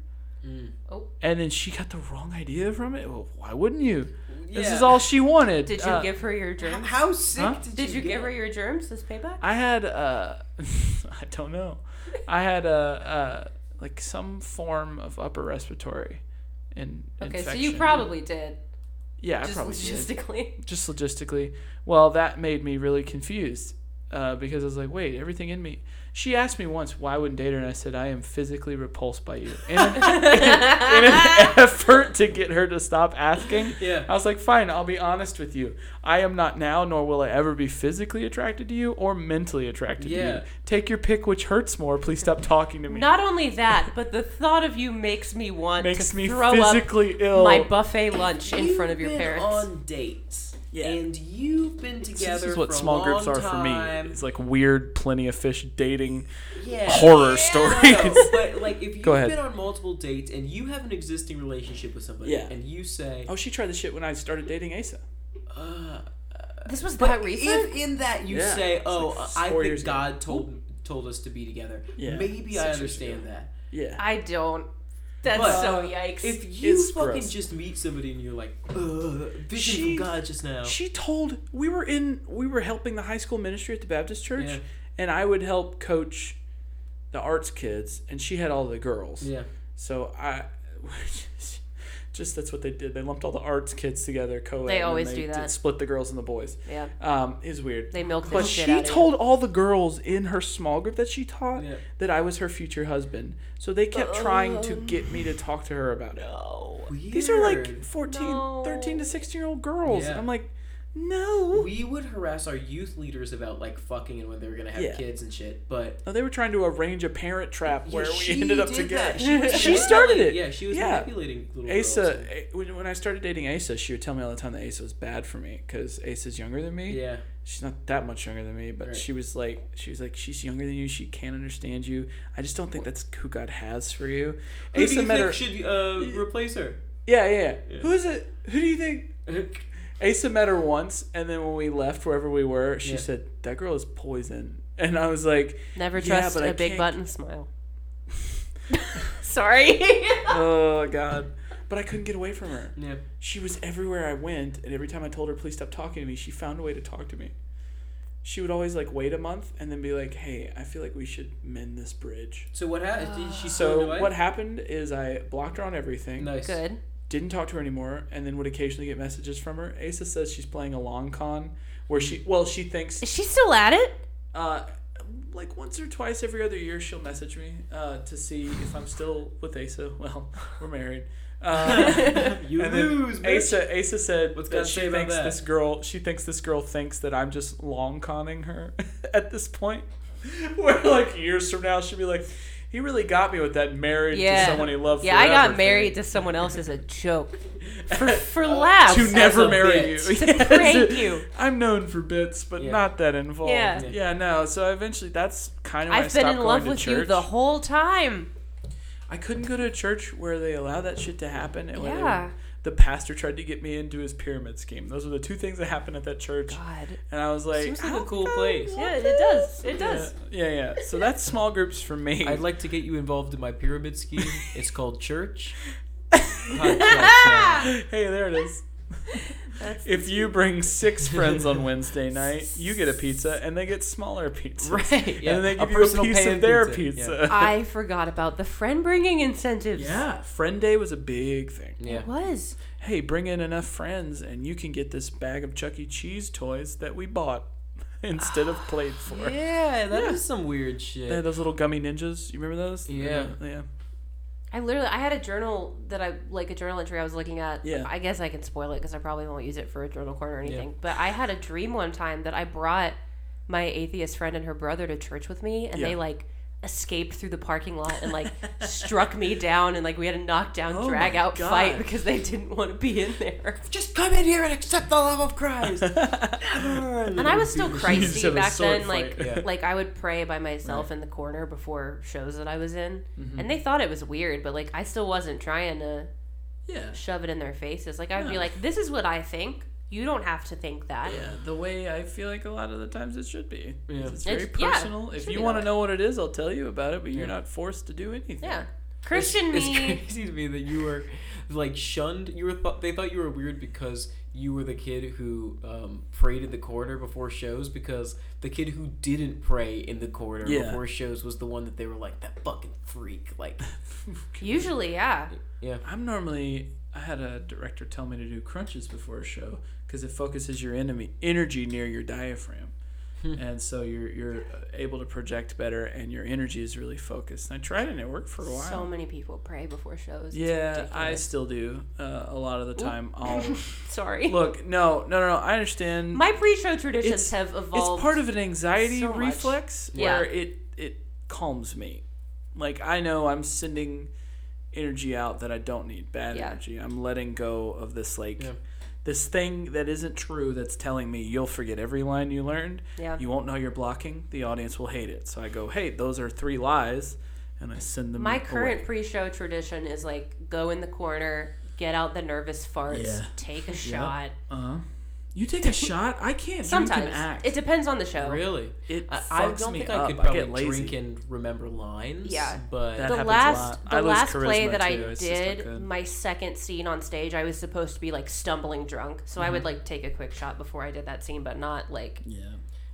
Oh.
And then she got the wrong idea from it. Well, why wouldn't you? This
Yeah.
is all she wanted.
did you
Uh,
give her your germs?
How sick
Huh?
did,
Did you
get?
give her your germs? This payback?
I had uh, [laughs] I don't know. I had a, a like some form of upper respiratory, in,
Okay,
infection.
so you probably did.
yeah, I
Just
probably did.
logistically.
just logistically. Well, that made me really confused uh, because I was like, wait, everything in me. She asked me once why I wouldn't date her, and I said, I am physically repulsed by you. In
[laughs]
an, in an effort to get her to stop asking,
Yeah.
I was like, fine, I'll be honest with you. I am not now, nor will I ever be physically attracted to you or mentally attracted to
Yeah.
you. Take your pick, which hurts more. Please stop talking to me.
Not only that, but the thought of you makes me want
Makes
to
me
throw
physically ill.
up my buffet lunch in
You've
front of your
been
parents.
on dates.
Yeah.
And you've been
this
together.
is what
for a
small groups
long
are for me.
time.
It's like weird, plenty of fish dating.
Yeah.
horror
No,
stories. [laughs]
but like if you've
Go ahead.
been on multiple dates and you have an existing relationship with somebody
Yeah.
and you say uh,
Oh, she tried this shit when I started dating Asa.
This was
but
that recent?
if in that you
Yeah.
say,
It's
"Oh,
like
I
four
think
years ago.
God told told us to be together,"
Yeah.
maybe I
Six years
understand that.
Yeah.
I don't. That's
But-
so yikes.
If you
It's
fucking
gross.
just meet somebody and you're like, "Ugh, vision
She-
from God just now,"
She told we were in we were helping the high school ministry at the Baptist church
Yeah.
and I would help coach the arts kids and she had all the girls.
yeah,
So I [laughs] Just that's what they did. They lumped all the arts kids together, co-ed.
They
and then
always do that.
Did split the girls and the boys.
Yeah.
Um, is weird.
They milk the
but
shit
she
out of you.
told all the girls in her small group that she taught
Yeah.
that I was her future husband. So they kept trying to get me to talk to her about it.
No.
These are like 14,
No.
13 to 16 year old girls.
Yeah.
I'm like, no.
We would harass our youth leaders about like fucking and when they were gonna have
Yeah.
kids and shit, but
No, they were trying to arrange a parent trap where
Yeah,
we
she
ended up
did
together. [laughs]
that. She, was
She started
manipulating-
it.
Yeah, she was
Yeah.
manipulating little girls.
Asa, A- when when I started dating Asa, she would tell me all the time that Asa was bad for me because Asa's younger than me.
Yeah.
She's not that much younger than me, but
Right.
she was like, she was like, she's younger than you. She can't understand you. I just don't think that's who God has for you.
Who do
Asa
you
met
think
her.
should uh, replace her?
yeah, yeah, yeah.
Yeah.
Who is it? Who do you think? Asa met her once, and then when we left wherever we were, she
Yeah.
said that girl is poison, and I was like,
Never
Yeah,
trust
but I
a big
can't- [laughs]
button smile. Sorry.
oh god. But I couldn't get away from her.
[laughs] yeah.
She was everywhere I went, and every time I told her, please stop talking to me, she found a way to talk to me. She would always like wait a month and then be like, hey, I feel like we should mend this bridge.
So what happened? She still in
So
your
what
life?
happened is I blocked her on everything,
Oh, Nice.
Good.
didn't talk to her anymore, and then would occasionally get messages from her. Asa says she's playing a long con where she, well, she thinks,
Is she still at it?
uh, like once or twice every other year she'll message me uh, to see if I'm still with Asa. [laughs] Well, we're married. Uh,
[laughs] [laughs] You
And then
lose, bitch.
Asa, Asa said
What's
that
God
she
say about
thinks
that?
this girl she thinks this girl thinks that I'm just long conning her [laughs] at this point. [laughs] Where like years from now she'll be like, He really got me with that married
Yeah.
to someone he loved.
Yeah, I
forever
got
thing."
married to someone else as a joke. For for
[laughs]
laughs.
to never
a
marry
[laughs] bit.
you. [laughs]
[laughs] To
Yes. [laughs]
prank you.
I'm known for bits, but
Yeah.
not that involved.
Yeah.
Yeah.
Yeah.
no. So eventually that's kind of when I
I've been
stopped
in
going
love
to
with you
church.
the whole time.
I couldn't go to a church where they allow that shit to happen and where they
Yeah.
the pastor tried to get me into his pyramid scheme. Those are the two things that happened at that church.
God.
And I was like,
Seems like a
"I
cool
kinda
place."
want
Yeah, it
this."
does. It does.
Yeah, yeah. So that's small groups for me.
I'd like to get you involved in my pyramid scheme. It's called [laughs] church. Podcast now.
[laughs] hey, there it is.
That's-
If you bring
[laughs]
six friends on Wednesday night, you get a pizza, and they get smaller pizzas.
Right. Yeah.
And then they
a
give you a
personal
piece
pan
of their
pizza.
pizza. [laughs]
I forgot about the friend bringing incentives.
Yeah, friend day was a big thing.
Yeah.
It was.
Hey, bring in enough friends, and you can get this bag of Chuck E. Cheese toys that we bought [laughs] instead of played for.
Yeah. that is some weird shit.
They had those little gummy ninjas. You remember those?
Yeah.
Yeah.
I literally I had a journal that I like a journal entry I was looking at.
Yeah.
I guess I can spoil it because I probably won't use it for a journal corner or anything. But I had a dream one time that I brought my atheist friend and her brother to church with me, and they
Yeah.
like escaped through the parking lot and like [laughs] struck me down, and like we had a knockdown
Oh
drag
my
out fight
God.
because they didn't want to be in
[laughs]
there.
Just come in here and accept the love of Christ. [laughs]
And I was still
just have
Christy
a
back
sword
then.
fight.
Like,
Yeah.
like I would pray by myself in the corner before shows that I was in,
Mm-hmm.
and they thought it was weird, but like I still wasn't trying to
Yeah.
shove it in their faces. Like I'd be like, "This is what I think. You don't have to think that."
Yeah, the way I feel like a lot of the times it should be.
Yeah.
It's very
It's- yeah,
personal.
it
if
should
you
be
want
that
to know what it is, I'll tell you about it, but
Yeah.
you're not forced to do anything. [laughs]
Yeah. Christian
it's,
me.
It's [laughs] crazy to me that you were like shunned. You were th- they thought you were weird because you were the kid who um, prayed in the corner before shows. Because the kid who didn't pray in the corner
Yeah.
before shows was the one that they were like that fucking freak. Like
[laughs]
Usually, yeah.
yeah,
I'm normally I had a director tell me to do crunches before a show because it focuses your enemy energy near your diaphragm.
Hmm.
And so you're you're uh, able to project better, and your energy is really focused. And I tried, it and it worked for a while.
So many people pray before shows. It's
yeah, I
ridiculous.
still do uh, a lot of the time. I'll
[laughs] Sorry.
look. No, no, no. no I understand.
My pre-show traditions
It's-
have evolved.
It's part of an anxiety
so much.
reflex
Yeah.
where it it calms me. Like I know I'm sending energy out that I don't need, bad
Yeah.
energy. I'm letting go of this like
Yeah.
this thing that isn't true that's telling me you'll forget every line you learned.
Yeah.
You won't know you're blocking. The audience will hate it. So I go, "Hey, those are three lies." And I send them
My
away.
current pre-show tradition is like go in the corner, get out the nervous farts,
Yeah.
take a shot.
uh-huh. You take a shot. I can't.
Sometimes
you can act.
it depends on the show.
really.
It
I, I
fucks
don't
me
think
up.
I could
I
probably
get lazy.
drink and remember lines.
Yeah.
but
That
the
happens a
last
lot.
the
I lose
last play
charisma,
that I
too. It's just not
did,
good.
my second scene on stage, I was
Mm-hmm.
supposed to be like stumbling drunk, so I would like take a quick shot before I did that scene, but not like
Yeah.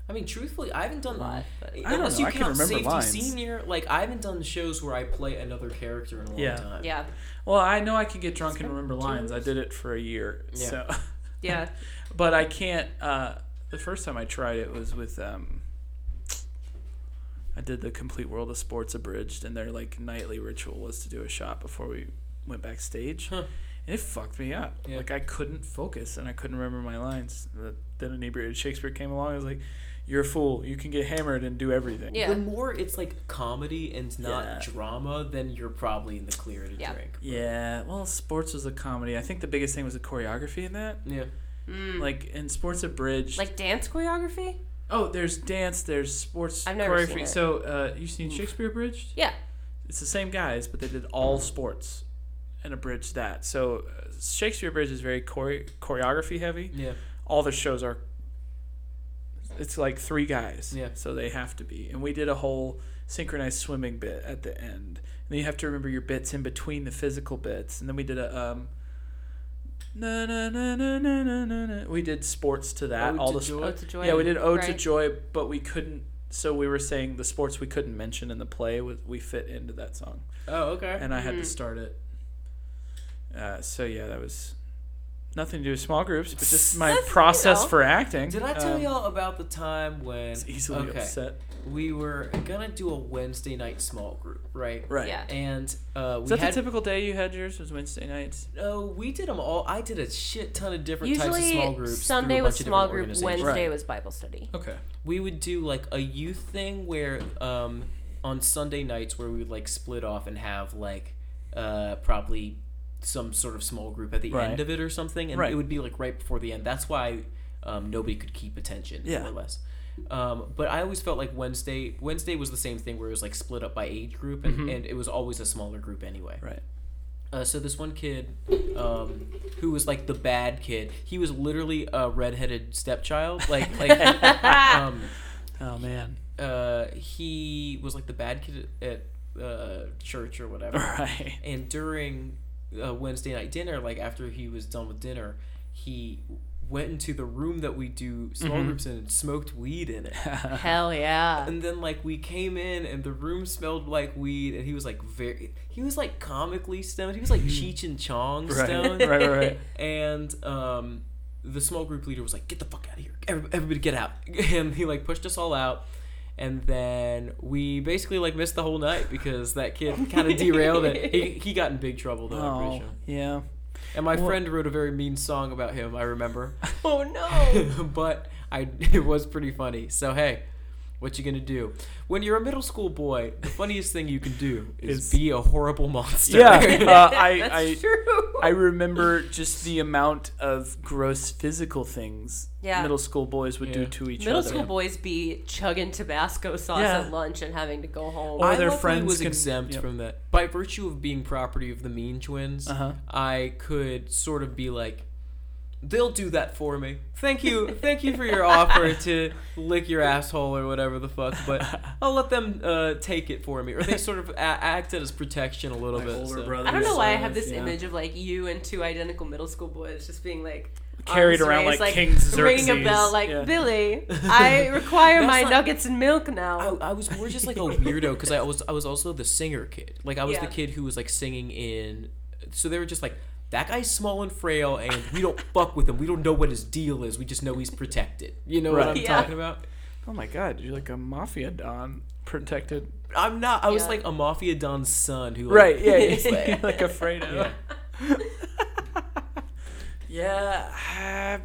I mean, truthfully, I haven't done
A lot, but-
I
don't
unless
know,
you
I can
count
remember
Safety
lines.
Senior. Like I haven't done shows where I play another character in a long
Yeah.
time.
Yeah,
Well, I know I can get drunk and
Spend
remember
two
lines. I
years.
did it for a year.
Yeah.
So, [laughs]
yeah.
but I can't. Uh, the first time I tried it was with. Um, I did the Complete World of Sports abridged, and their like nightly ritual was to do a shot before we went backstage,
Huh.
and it fucked me up.
Yeah.
Like I couldn't focus, and I couldn't remember my lines. The- Then inebriated Shakespeare came along. I was like, "You're a fool. You can get hammered and do everything."
Yeah.
The more it's like comedy and not
Yeah.
drama, then you're probably in the clear to
Yeah.
drink.
Yeah, well, sports was a comedy. I think the biggest thing was the choreography in that.
Yeah.
Mm.
Like in sports abridged,
Like dance choreography?
Oh, there's dance, there's sports
I've never
choreography.
seen it. Mm.
So uh, you've seen Shakespeare abridged?
Yeah.
It's the same guys, but they did all sports and abridged that. So uh, Shakespeare abridged is very chore- choreography heavy.
Yeah.
All the shows are. It's like three guys.
Yeah.
So they have to be, and we did a whole synchronized swimming bit at the end, and then you have to remember your bits in between the physical bits, and then we did a um. Na na na na na na na. na. We did sports to that.
Ode
all
to
the
Joy?
Ode to Joy.
yeah, we did Ode to
right?
Joy, but we couldn't. So we were saying the sports we couldn't mention in the play was we fit into that song,
Oh, okay.
and I had to
Mhm.
start it. Uh, so yeah, that was nothing to do with small groups, but just my
[laughs] That's, you
process
know.
for acting.
Did I tell
Um,
y'all about the time when
I was easily
okay,
upset.
we were gonna do a Wednesday night small group, right?
Right.
Yeah.
And uh,
Is
we
that
had
the typical day you had yours? Was Wednesday nights?
uh, we did them all. I did a shit ton of different types of
Usually
small groups. through a
Sunday
bunch
was
of
small
different
group,
organizations.
Wednesday
Right.
was
[laughs]
Bible study.
Okay.
we would do like a youth thing where um on Sunday nights where we would like split off and have like uh probably some sort of small group at the
Right.
end of it or something and
Right.
it would be like right before the end. That's why um nobody could keep attention
Yeah.
more or less. Um, but I always felt like Wednesday Wednesday was the same thing where it was like split up by age group and, and it was always a smaller group anyway.
Mm-hmm. Right.
Uh, so this one kid, um, who was like the bad kid, he was literally a redheaded stepchild.
[laughs]
Like like um,
Oh man. [laughs]
uh, he was like the bad kid at uh, church or
All
whatever.
right.
And during uh, Wednesday night dinner, like after he was done with dinner, he went into the room that we do small groups in and smoked weed in it.
[laughs]
Hell yeah.
And then like we came in and the room smelled like weed and he was like very he was like comically stoned. He was like Cheech and Chong
Mm-hmm. Right.
stoned.
[laughs] right. Right. Right.
And um, the small group leader was like, "Get the fuck out of here! Every- Everybody, get out!" [laughs] And he like pushed us all out. And then we basically like missed the whole night because that kid
[laughs]
kind of derailed it. He, he got in big trouble though. I'm pretty
Oh
sure.
yeah.
And my
Well-
friend wrote a very mean song about him. I remember,
Oh [laughs]
[laughs]
no.
but I it was pretty funny. So hey, what you gonna do when you're a middle school boy? The funniest thing you can do is
It's-
be a horrible monster.
Yeah.
[laughs]
Uh, I,
That's
I
true.
I remember just the amount of gross physical things
Yeah.
middle school boys would do
Yeah.
to each
Middle
other.
school boys be chugging Tabasco sauce
Yeah.
at lunch and having to go home.
Or
I
their
luckily
friends
was
can-
exempt
yep.
from that by virtue of being property of the Mean Twins.
Uh-huh.
I could sort of be like, they'll do that for me. Thank you, thank you for your offer to lick your asshole or whatever the fuck. But
[laughs]
I'll let them uh, take it for me, or they sort of a- acted as protection a little
Like
bit.
older
so-
brothers.
I don't know why I have this
Yeah.
image of like you and two identical middle school boys just being like
Carried
arms
around
raised,
like King's
ringing a
Xerxes.
bell like
Yeah. [laughs]
Billy. I require
That's
my
not- Oh.
nuggets and milk now.
I, I was more just like a weirdo because I was I was also the singer kid. Like I was the
Yeah.
kid who was like singing in. So they were just like that guy's small and frail, and we don't [laughs] fuck with him. We don't know what his deal is. We just know he's protected. You know what
Right.
I'm
Yeah.
talking about?
Oh my god, you're like a mafia don protected.
I'm not. I was
Yeah.
like a mafia don's son who. Like,
Right, [laughs] yeah, yeah. like a Fredo.
Yeah.
Yeah, uh,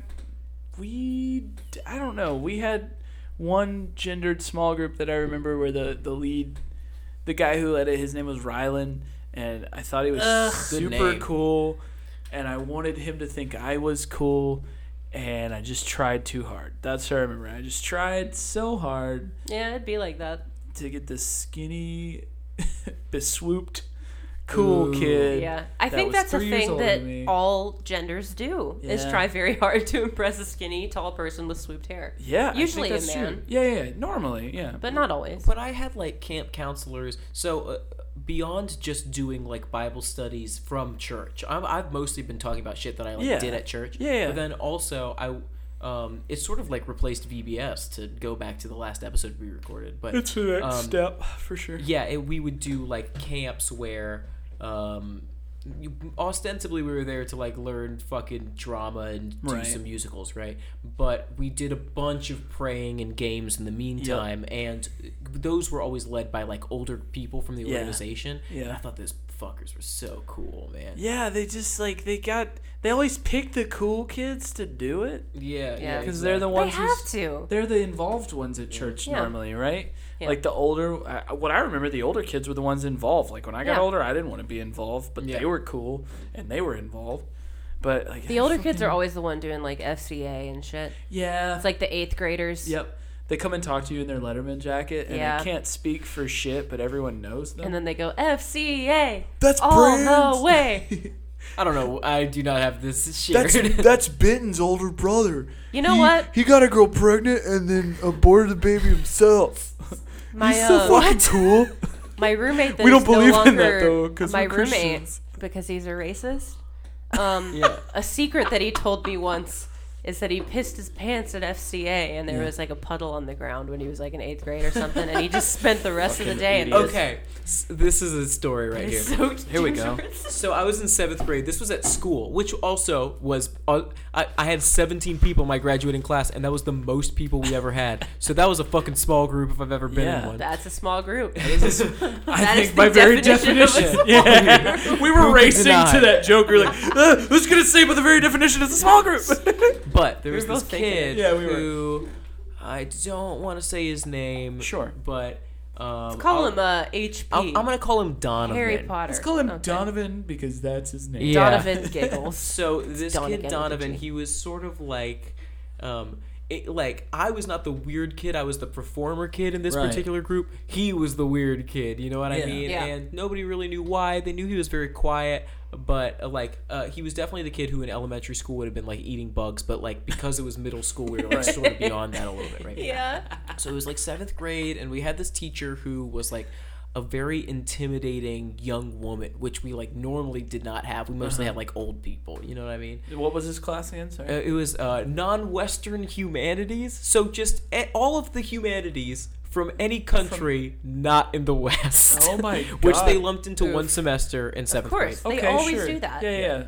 we I don't know. We had one gendered small group that I remember where the the lead the guy who led it his name was Rylan and I thought he was
Ugh. Good
super
name.
cool and I wanted him to think I was cool and I just tried too hard. That's what I remember. I just tried so hard
yeah, it'd be like that.
to get this skinny, [laughs] beswooped, cool
Ooh.
kid.
Yeah, I
that
think
was
that's a
three years
thing
older
that
than me.
all genders do is
Yeah.
try very [laughs] hard to impress a skinny, tall person with swooped hair,
Yeah, I think
Usually a
that's true.
man.
Yeah, yeah, yeah, normally, yeah.
but not always.
But I had like camp counselors. So uh, beyond just doing like Bible studies from church, I'm, I've mostly been talking about shit that I like
Yeah.
did at church.
Yeah, yeah.
But then also I Um, it's sort of like replaced VBS to go back to the last episode we recorded, but
It's the next
Um,
step for sure.
yeah, it, we would do like camps where, um, you, ostensibly we were there to like learn fucking drama and do
Right.
some musicals, right? But we did a bunch of praying and games in the meantime, and those were always led by like older people from the
Yeah.
organization. And
Yeah.
I thought those fuckers were so cool, man.
Yeah, they just like they got they always pick the cool kids to do it
Yeah, yeah,
Yeah.
because they're the
They
ones who's-
have to.
they're the involved ones at church
Yeah.
normally, right?
Yeah.
Like the older, I- what I remember, the older kids were the ones involved. Like when I got
Yeah.
older, I didn't want to be involved, but
Yeah.
they were cool and they were involved. But like
The older kids are always the one doing like FCA and shit.
[laughs] yeah,
It's like the eighth graders.
yep. They come and talk to you in their Letterman jacket, and
Yeah.
they can't speak for shit, but everyone knows them.
And then they go FCA
that's
all
[laughs]
the way.
I don't know. I do not have this
[laughs]
shared. [laughs]
That's that's Benton's older brother.
You know what?
He got a girl pregnant and then aborted the baby himself.
My
He's so
uh,
fucking
[laughs]
cool.
my roommate. That
We don't
is
believe
no
in that,
longer
though, 'cause
my
we're
roommate
Christians.
because he's a racist.
[laughs]
Um,
yeah.
a secret that he told me once is that he pissed his pants at FCA and there
Yeah.
was like a puddle on the ground when he was like in eighth grade or something, and
[laughs]
he just spent the rest of the
Fucking
day. in
idiot.
[laughs] this
Okay, s- this is a story right here.
soaked
Here we go.
t-shirts.
So I was in seventh grade. This was at school, which also was. Uh, I, I had 17 people in my graduating class, and that was the most people we ever had. So that was a fucking small group if I've ever been in
Yeah.
[laughs] one.
That's a small group.
I
That is
think
the
by very
definition of a
definition.
small
yeah. [laughs] We were
Who could
racing
deny?
to that joke. We were
[laughs]
like, uh, who's going to say by the very definition it's a small group?
But there
We
was
were
this
both thinking
kid
it. Yeah, we were.
who I don't want to say his name.
Sure.
but um,
Call
I'll-
him uh, HP.
I'll- I'm gonna call him Donovan.
Harry Potter.
Let's call him
Okay.
Donovan because that's his name.
Yeah. [laughs]
Donovan [laughs] giggles.
So this
Donovan with
kid
a
Donovan,
G.
he was sort of like, um, it, like I was not the weird kid. I was the performer kid in this
Right.
particular group. He was the weird kid. You know what I
Yeah.
mean?
Yeah.
And nobody really knew why. They knew he was very quiet, but uh, like uh, he was definitely the kid who in elementary school would have been like eating bugs. But like because it was middle school, we were like sort of beyond that a little bit, right?
[laughs] Yeah.
So it was like seventh grade, and we had this teacher who was like a very intimidating young woman, which we like normally did not have. We mostly
Uh-huh.
had like old people. You know what I mean?
What was his class again? Sorry.
Uh, it was uh, non-Western humanities, so just a- all of the humanities from any country not in the West.
Oh my
[laughs] Which they
God.
lumped into one semester in seventh
course.
grade.
They always do that.
Yeah, yeah.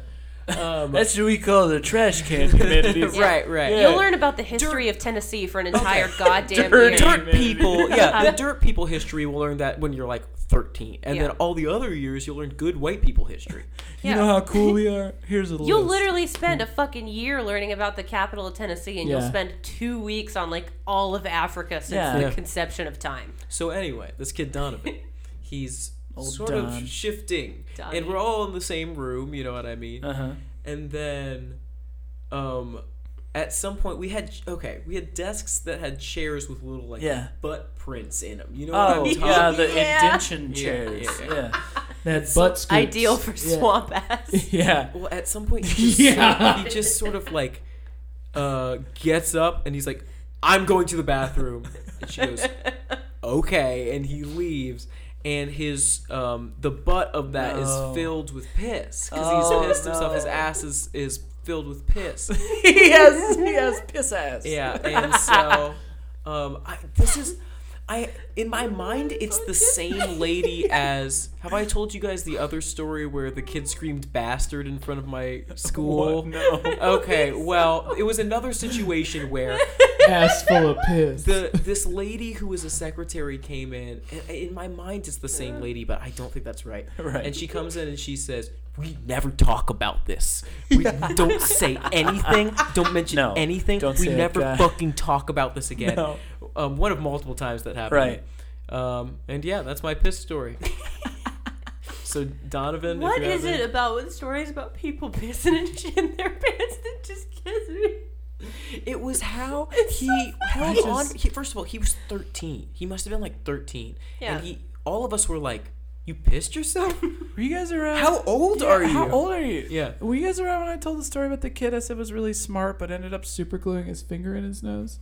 Um,
That's what we call the trash can
[laughs]
humanities.
right, right.
Yeah.
You'll learn about the history of Tennessee for an entire
Okay.
goddamn
Dirty.
year.
dirt
Humanity.
people
[laughs]
yeah the dirt people history will learn that when you're like 13 and
Yeah.
then all the other years you'll learn good white people history
You
Yeah.
know how cool we are? Here's a
You'll
list.
literally spend a fucking year learning about the capital of Tennessee, and you'll
Yeah.
spend two weeks on like all of Africa since
Yeah.
the
Yeah.
conception of time.
so anyway this kid
[laughs]
donovan he's
Old
sort
Don.
of shifting
Donnie.
and we're all in the same room you know what i mean
Uh-huh.
and then um at some point we had okay we had desks that had chairs with little like
Yeah.
butt prints in them you know
Oh,
[laughs] what i'm talking
yeah, the
Yeah.
indention
Yeah,
chairs.
yeah,
Yeah.
yeah.
That butt scoops.
Ideal for
Yeah.
swamp
[laughs]
[laughs]
ass. [laughs]
Yeah.
Well, at some point, he just, sort,
[laughs] Yeah.
of, he just sort of like uh, gets up and he's like, "I'm going to the bathroom," and she goes, "Okay," and he leaves. And his um, the butt of that is
No.
filled with piss because
Oh,
he's pissed himself. His
no.
ass is is filled with
[laughs]
piss.
he has he has piss ass.
Yeah,
[laughs]
and so um, I, this is I in my mind it's the same lady as have I told you guys the other story where the kid screamed bastard in front of my school?
[laughs] What? No.
Okay, well, it was another situation where
[laughs] ass full of piss.
the this lady who was a secretary came in, and in my mind it's the same lady, but I don't think that's right.
[laughs] Right.
And she comes in and she says, "We never talk
[laughs]
about this. We don't say anything. Don't mention
No,
anything.
don't
we
say a
never
guy."
fucking talk about this again."
No.
Um, one of multiple times that happened.
Right.
Um, and yeah, that's my piss
[laughs]
story. so Donovan, if
What
you're
is
out
it
there-
about with stories about people [laughs] pissing and shit in their pants that just gets me?
It was how
It's
he
so
held
funny.
on.
Just-
He, first of all, he was 13. He must have been like 13.
Yeah.
And he, all of us were like, "You pissed [laughs] yourself?
Were you guys around?
How old
Yeah,
are you?"
How old are you?
Yeah.
Were you guys around when I told the story about the kid I said was really smart but ended up super gluing his finger in his [laughs] nose?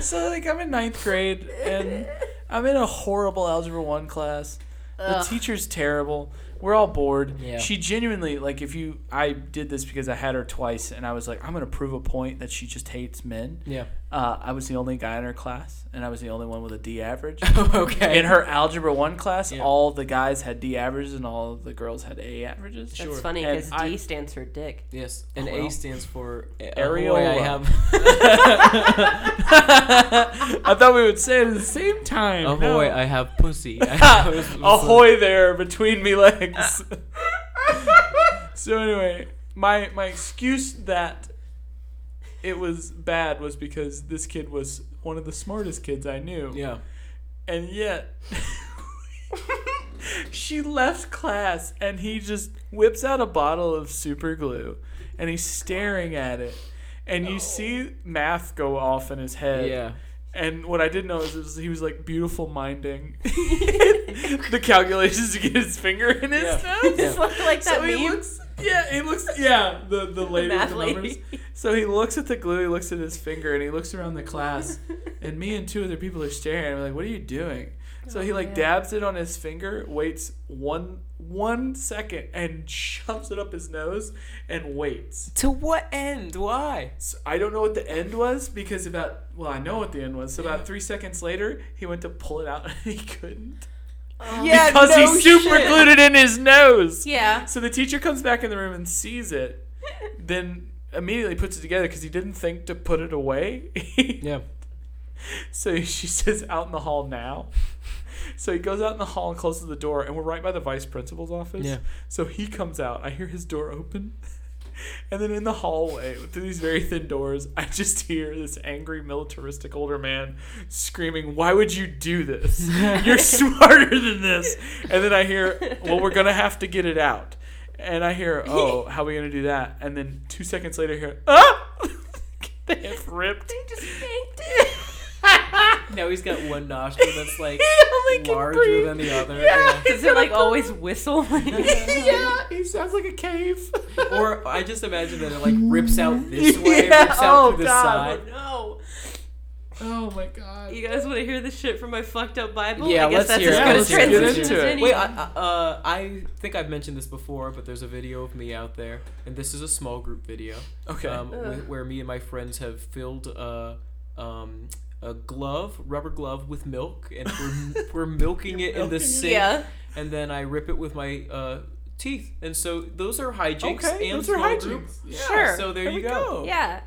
so like I'm in ninth grade and I'm in a horrible algebra one class The
Ugh.
teacher's terrible. We're all bored.
Yeah.
She genuinely like if you I did this because I had her twice and I was like I'm going to prove a point that she just hates men.
[laughs] Yeah.
Uh, I was the only guy in her class and I was the only one with a D average.
[laughs] [laughs] okay.
in her algebra 1 class,
Yeah.
all the guys had D averages and all the girls had A averages.
That's
Sure.
funny
And
because
I-
D stands for dick.
Yes, and
Well.
A stands for Ariel. I
Areola.
[laughs] have.
I thought we would say it at the same time.
Ahoy!
No.
I have [laughs] pussy.
Ahoy there between me legs. [laughs] so anyway, my my excuse that it was bad was because this kid was one of the smartest kids I knew.
Yeah.
And yet [laughs] she left class and he just whips out a bottle of super glue and he's staring at it. And you see math go off in his head.
Yeah.
And what I did know is, is he was like beautiful
[laughs]
minding [laughs] the calculations to get his finger in his
Yeah.
[laughs]
nose.
Just look like that
So he
meme.
looks, yeah, he looks, yeah, the the lady, with
math
the
lady.
numbers. So he looks at the glue, he looks at his finger, and he looks around the
[laughs]
class. And me and two other people are staring. I'm like, "What are you doing?" So he like
man.
dabs it on his finger, waits one one second, and [laughs] shoves it up his nose, and waits.
To what end? Why?
So I don't know what the end was because about well, I know what the end was. So about three seconds later, he went to pull it out and he
[laughs]
couldn't [laughs]
Oh,
Yeah,
because
no
he super
shit.
glued it in his nose.
Yeah.
So the teacher comes back in the room and sees
[laughs]
it, then immediately puts it together because he didn't think to put it away. [laughs]
Yeah.
so [laughs] she says, "Out in the hall now." So he goes out in the hall and closes the door, and we're right by the vice principal's office.
Yeah.
So he comes out. I hear his door open. [laughs] And then in the hallway, through these very thin doors, I just hear this angry, militaristic older man screaming, Why would you do this? You're smarter than this. And then I hear, Well, we're going to have to get it out. And I hear, Oh, how are we going to do that? And then two seconds later, I hear, Ah! [laughs] they have ripped.
They just banked it.
Now he's got one nostril
[laughs]
that's [laughs] like
He only can
larger
breathe.
than the
[laughs]
other.
Yeah. "Oh,
Does it like
[laughs]
always whistle? [laughs]
yeah, he sounds like a cave. [laughs]
yeah. Or uh, I just imagine that it like rips out [laughs] this way,
Yeah,
rips out to the
God.
side.
no.
Oh my god.
You guys want to hear the shit from my fucked up Bible?
Yeah,
I
let's
guess that's
hear
as
it. Yeah,
good as
let's get
transition
into
as
it.
any.
Wait, I, I, uh, I think I've mentioned this before, but there's a video of me out there, and this is a small group video.
Okay.
Um,
Ugh.
wh- where me and my friends have filled a, um, a glove, rubber glove, with milk, and [laughs] we're, we're milking it in the sink,
yeah.
and then I rip it with my uh, teeth. And so those are hijinks.
Okay,
and
those are
small group.
hijinks.
Yeah,
Sure.
So there,
There
you
we
go.
go.
Yeah.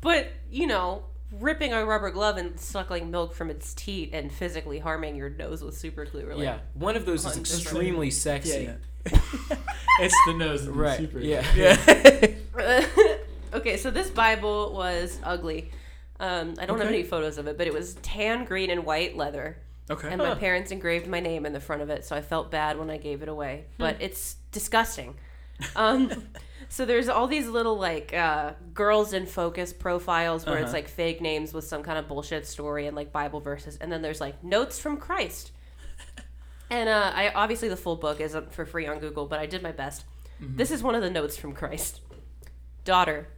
But, you know, ripping a rubber glove and suckling milk from its teeth and physically harming your nose with super glue are like
Yeah, one of those is
Hundred percent.
extremely sexy.
[laughs] it's the nose and
Right,
the super.
yeah.
[laughs]
[laughs]
Yeah.
[laughs] okay, so this Bible was ugly. Um, I don't have
Okay.
any photos of it, but it was tan, green, and white leather.
okay.
And my parents engraved my name in the front of it, so I felt bad when I gave it away.
Hmm.
But it's disgusting. Um,
[laughs]
so there's all these little like uh, girls in focus profiles where it's
Uh-huh.
like fake names with some kind of bullshit story and like Bible verses, and then there's like notes
[laughs]
from Christ. And uh, I obviously the full book isn't for free on Google, but I did my best.
Mm-hmm.
This is one of the notes from Christ. Daughter,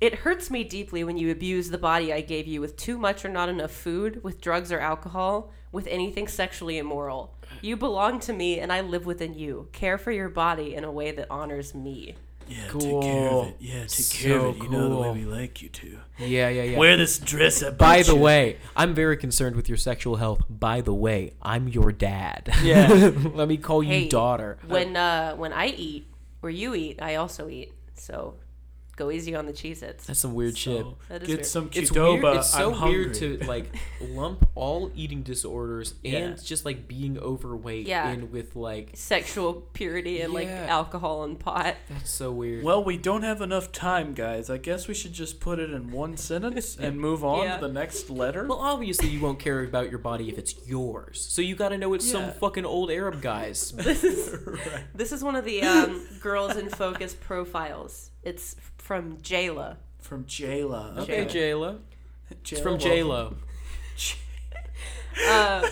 it hurts me deeply when you abuse the body I gave you with too much or not enough food, with drugs or alcohol, with anything sexually immoral. You belong to me and I live within you. Care for your body in a way that honors me.
Yeah,
Cool.
take care of it. Yeah, take care of it.
So
You know the way
cool.
we like you to.
Yeah, yeah, yeah.
Wear this dress up.
By the way, I'm very concerned with your sexual health. By the way, I'm your dad.
Yeah.
[laughs] Let me call you
Hey,
daughter.
When uh when I eat or you eat, I also eat. So go easy on the Cheez Its.
That's some weird shit.
That is
get
weird.
some Qdoba.
It's weird. It's
I'm
so
hungry.
weird to like [laughs] lump all eating disorders
Yeah.
and just like being overweight
Yeah.
in with like
sexual purity and like
Yeah.
alcohol and pot.
that's so weird.
Well, we don't have enough time, guys. I guess we should just put it in one sentence and move on
Yeah.
to the next letter. [laughs]
Well, obviously you won't care about your body if it's yours. So you got to know it's some
Yeah.
fucking old Arab [laughs] guys.
This is this is one of the um, girls in focus profiles. It's from Jayla.
From Jayla.
okay, Jayla. It's from
Jayla. welcome.
J-Lo.
Uh,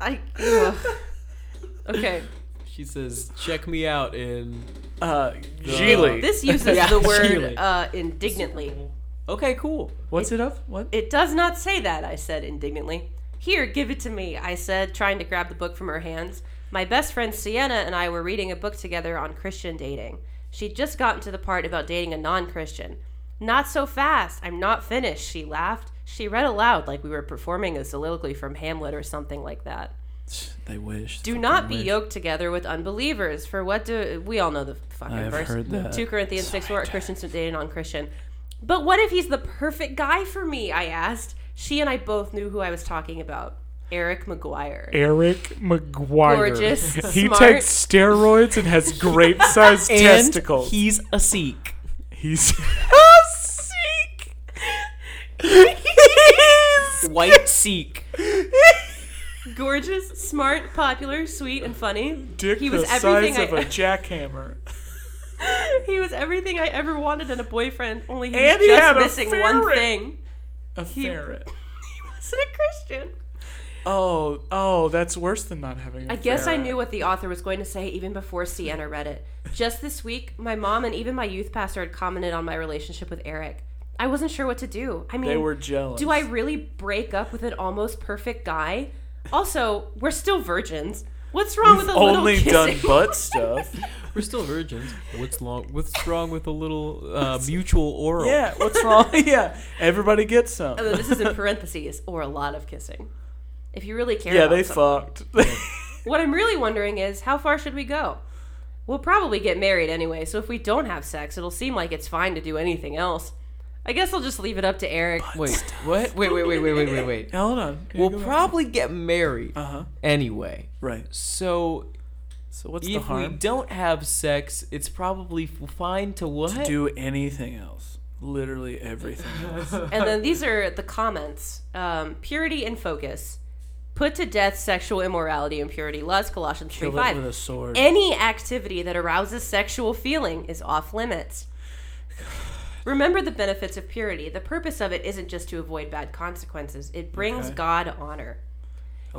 I ugh. okay.
She says, "Check me out in."
Uh, Geely.
This uses
Yeah,
the word
surely.
uh, indignantly.
Okay, cool.
What's it of? What?
It does not say that. I said indignantly. Here, give it to me, I said, trying to grab the book from her hands. My best friend Sienna and I were reading a book together on Christian dating. She'd just gotten to the part about dating a non Christian. Not so fast, I'm not finished, she laughed. She read aloud like we were performing a soliloquy from Hamlet or something like that.
They wish.
Do
Fucking
not be
wish.
yoked together with unbelievers. For what do we all know the fucking
I have
verse?
heard that.
Two Corinthians six, where Christians dated non-Christian. But what if he's the perfect guy for me? I asked. She and I both knew who I was talking about. Eric McGuire.
Eric McGuire.
Gorgeous,
He
smart.
takes steroids and has
[laughs]
grape-sized testicles.
he's a Sikh.
[laughs]
He's
Oh,
White Sikh.
Gorgeous, smart, popular, sweet, and funny.
dick
He was
the size
everything I-
of a
[laughs]
jackhammer.
He was everything I ever wanted in a boyfriend, only he
And
was
he
just
had a
missing one
ferret.
thing. [laughs]
A ferret.
Wasn't a Christian.
Oh, oh, that's worse than not having. I
I guess I knew what the author was going to say even before Sienna read it. Just this week, my mom and even my youth pastor had commented on my relationship with Eric. I wasn't sure what to do. I mean,
They were jealous.
do I really break up with an almost perfect guy? Also, we're still virgins. What's wrong with a little
only
kissing? [laughs]
done butt stuff?
We're still virgins. What's long? What's wrong with a little uh, mutual oral?
yeah. What's
[laughs]
wrong? yeah. Everybody gets some.
Oh, this is in parentheses, or a lot of kissing. If you really care.
Yeah,
about
they
someone.
fucked.
[laughs]
What I'm really wondering is how far should we go? We'll probably get married anyway, so if we don't have sex, it'll seem like it's fine to do anything else. I guess I'll just leave it up to Eric.
Wait. What? Wait. Wait. Wait. Wait. Wait. Wait.
[laughs]
Wait.
Hold on.
We'll probably get married
Uh-huh.
Uh huh.
anyway.
Right.
So
So what's the
if we
harm?
don't have sex, it's probably f- fine to what?
To do anything else. Literally everything. Else.
And then these are the comments um, Purity and focus. Put to death sexual immorality and purity. Lust, Colossians 3
Kill it with
5.
a sword.
Any activity that arouses sexual feeling is off limits. Remember the benefits of purity. The purpose of it isn't just to avoid bad consequences, it brings
Okay.
God honor.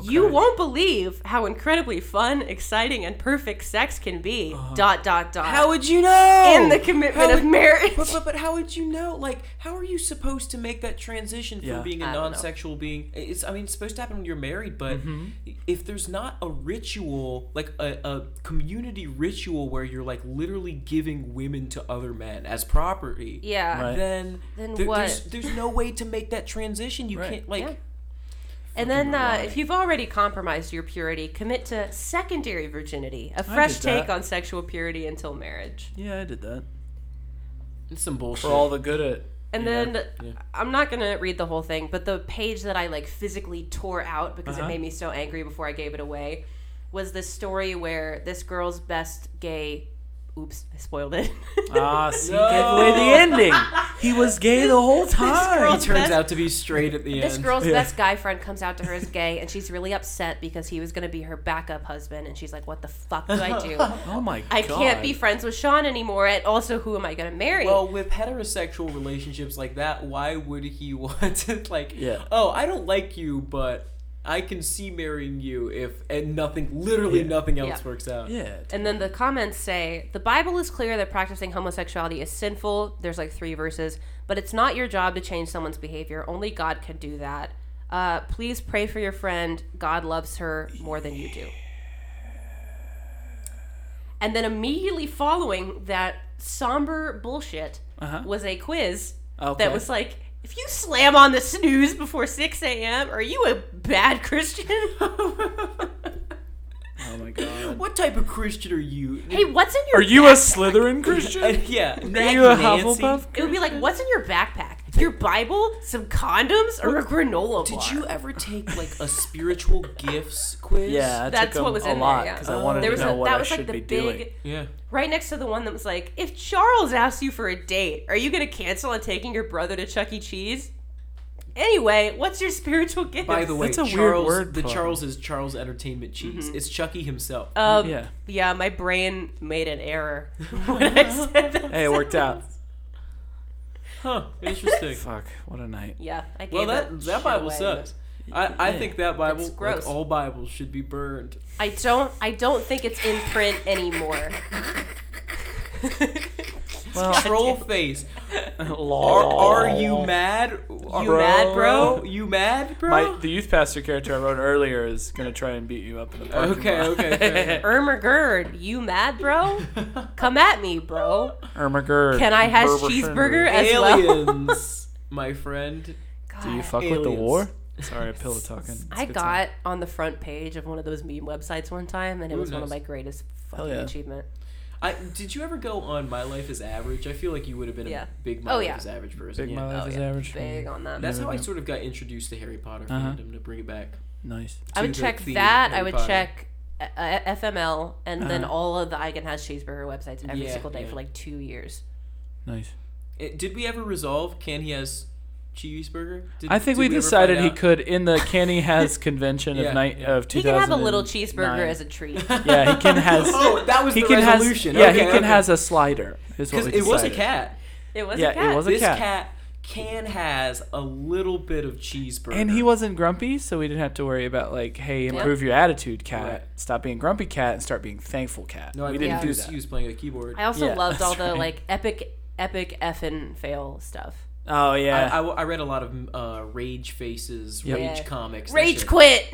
You
Okay.
won't believe how incredibly fun, exciting, and perfect sex can be.
Uh-huh.
Dot, dot, dot.
How would you know?
oh,
in the commitment
How
of
[laughs]
would-
marriage.
But, but but how would you know? Like, how are you supposed to make that transition from
Yeah.
being a
I don't know.
non-sexual being? It's I mean, it's supposed to happen when you're married, but
Mm-hmm.
if there's not a ritual, like a, a community ritual where you're like literally giving women to other men as property,
yeah.
Right.
then
Then
there-
what?
There's, there's no way to make that transition. You
Right.
can't like.
Yeah. And then, uh, if you've already compromised your purity, commit to secondary virginity, a fresh
did
take
that.
on sexual purity until marriage.
Yeah, I did that
It's some bullshit.
for all the good at.
And then I'm not gonna read the whole thing, but the page that I like physically tore out because
Uh-huh.
it made me so angry before I gave it away was this story where this girl's best gay. Oops, I spoiled it. [laughs]
Ah, see, gave away the ending. He was gay the whole time.
he turns
best-
out to
[laughs]
be straight at the
This
end.
girl's best guy friend comes out to her as gay, and she's really upset because he was going to be her backup husband, and she's like, "What the fuck do I
[laughs]
do?
Oh my god.
I can't be friends with Sean anymore, and also, who am I going to marry?"
Well, with heterosexual relationships like that, why would he [laughs] want to like?
Yeah.
Oh, I don't like you, but I can see marrying you if and nothing, literally nothing else
Yeah.
works out.
Yeah.
and then the comments say, "The Bible is clear that practicing homosexuality is sinful." There's like three verses, but it's not your job to change someone's behavior. Only God can do that. Uh, please pray for your friend. God loves her more than you do. And then immediately following that somber bullshit was a quiz
Uh-huh. Okay.
that was like, if you slam on the snooze before 6 a.m., are you a
[laughs]
bad Christian?
Oh my
[laughs]
god.
What type of Christian are you?
[laughs]
hey, what's in your
Are you a Slytherin Christian?
And yeah,
[laughs] Are
Nag
you a
Nancy?
Hufflepuff?
It would be like, what's in your backpack? Your Bible, some condoms, or a granola bar?
Did you ever take like a spiritual gifts quiz?
Yeah, I
That's
took
what
him
was
a
in
lot
there. Yeah.
because I wanted
there
to
was
know
a,
what
that
I
was
should
like the
be
big,
doing.
Yeah.
right next to the one that was like, if Charles asks you for a date, are you gonna cancel on taking your brother to Chuck E. Cheese? Anyway, what's your spiritual gift?
By the way,
That's a weird
Charles,
word Mm-hmm.
the
pun.
Charles is Charles Entertainment Cheese. It's Chucky himself.
um, yeah.
Yeah.
my brain made an error [laughs] when I said that.
Hey, it worked out.
huh. Interesting.
Fuck. What a night.
Yeah, I gave
well, that
that
that
shit
Bible
away.
sucks. I, I
Yeah.
think that Bible,
That's gross.
like all Bibles, should be burned.
I don't. I don't think it's in print anymore.
Well,
[laughs]
[laughs]
troll face. Are,
lol.
are you mad? Are-
You mad, bro?
You mad, bro?
My,
[laughs]
the youth pastor character I wrote earlier is gonna try and beat you up in the parking
Okay,
lot. [laughs]
okay, fair.
Irma Gerd, you mad, bro? Come at me, bro.
Irma Gerd.
Can I hash
Berber
cheeseburger
Fenrir.
as well?
Aliens, my friend.
God.
Do you fuck with the
Aliens.
war? Sorry, pillow talking. It's
I
good
got
time.
on the front page of one of those meme websites one time, and it
Ooh,
was one of
nice.
my greatest
Hell
fucking
yeah.
achievement.
I did you ever go on My Life is Average? I feel like you would have been
Yeah.
a big My
Oh,
Life
yeah.
is Average person.
Big
yeah.
my life
Oh,
is
yeah.
average.
Big on that.
That's how I
Yeah.
sort of got introduced to Harry Potter
Uh-huh.
fandom to bring it back.
Nice.
I would
to
check
the
that. I
Harry
would
Potter.
check uh, uh, FML, and then
Uh-huh.
all of the Eigen has cheeseburger websites every
Yeah,
single day
yeah.
for like two years.
Nice.
It- did we ever resolve can he has cheeseburger? Did,
I think
did
we
ever
decided
find
he
out?
could in the Kenny
[laughs]
has convention
Yeah,
of night
yeah.
of
He
2000.
can have a little cheeseburger as a treat.
Yeah, he can has.
[laughs] Oh, that was
he
the
can
resolution.
has. Yeah,
okay,
he can
okay.
has a slider. Is what
Because
we
it was a
decided.
cat.
It was
Yeah,
a
it
cat.
was a
this
cat.
cat. can has a little bit of cheeseburger.
And he wasn't grumpy, so we didn't have to worry about like, hey, improve your attitude, cat.
Right.
Stop being grumpy, cat, and start being thankful, cat.
No, I
we
mean,
didn't
yeah.
he
do
was,
that.
He was playing a keyboard.
I also
Yeah,
loved all
that's
the
right.
like epic, epic effin' fail stuff.
Oh yeah,
I, I, I read a lot of uh, rage faces,
Yep.
rage
Yeah.
comics, that
Rage
shit.
quit.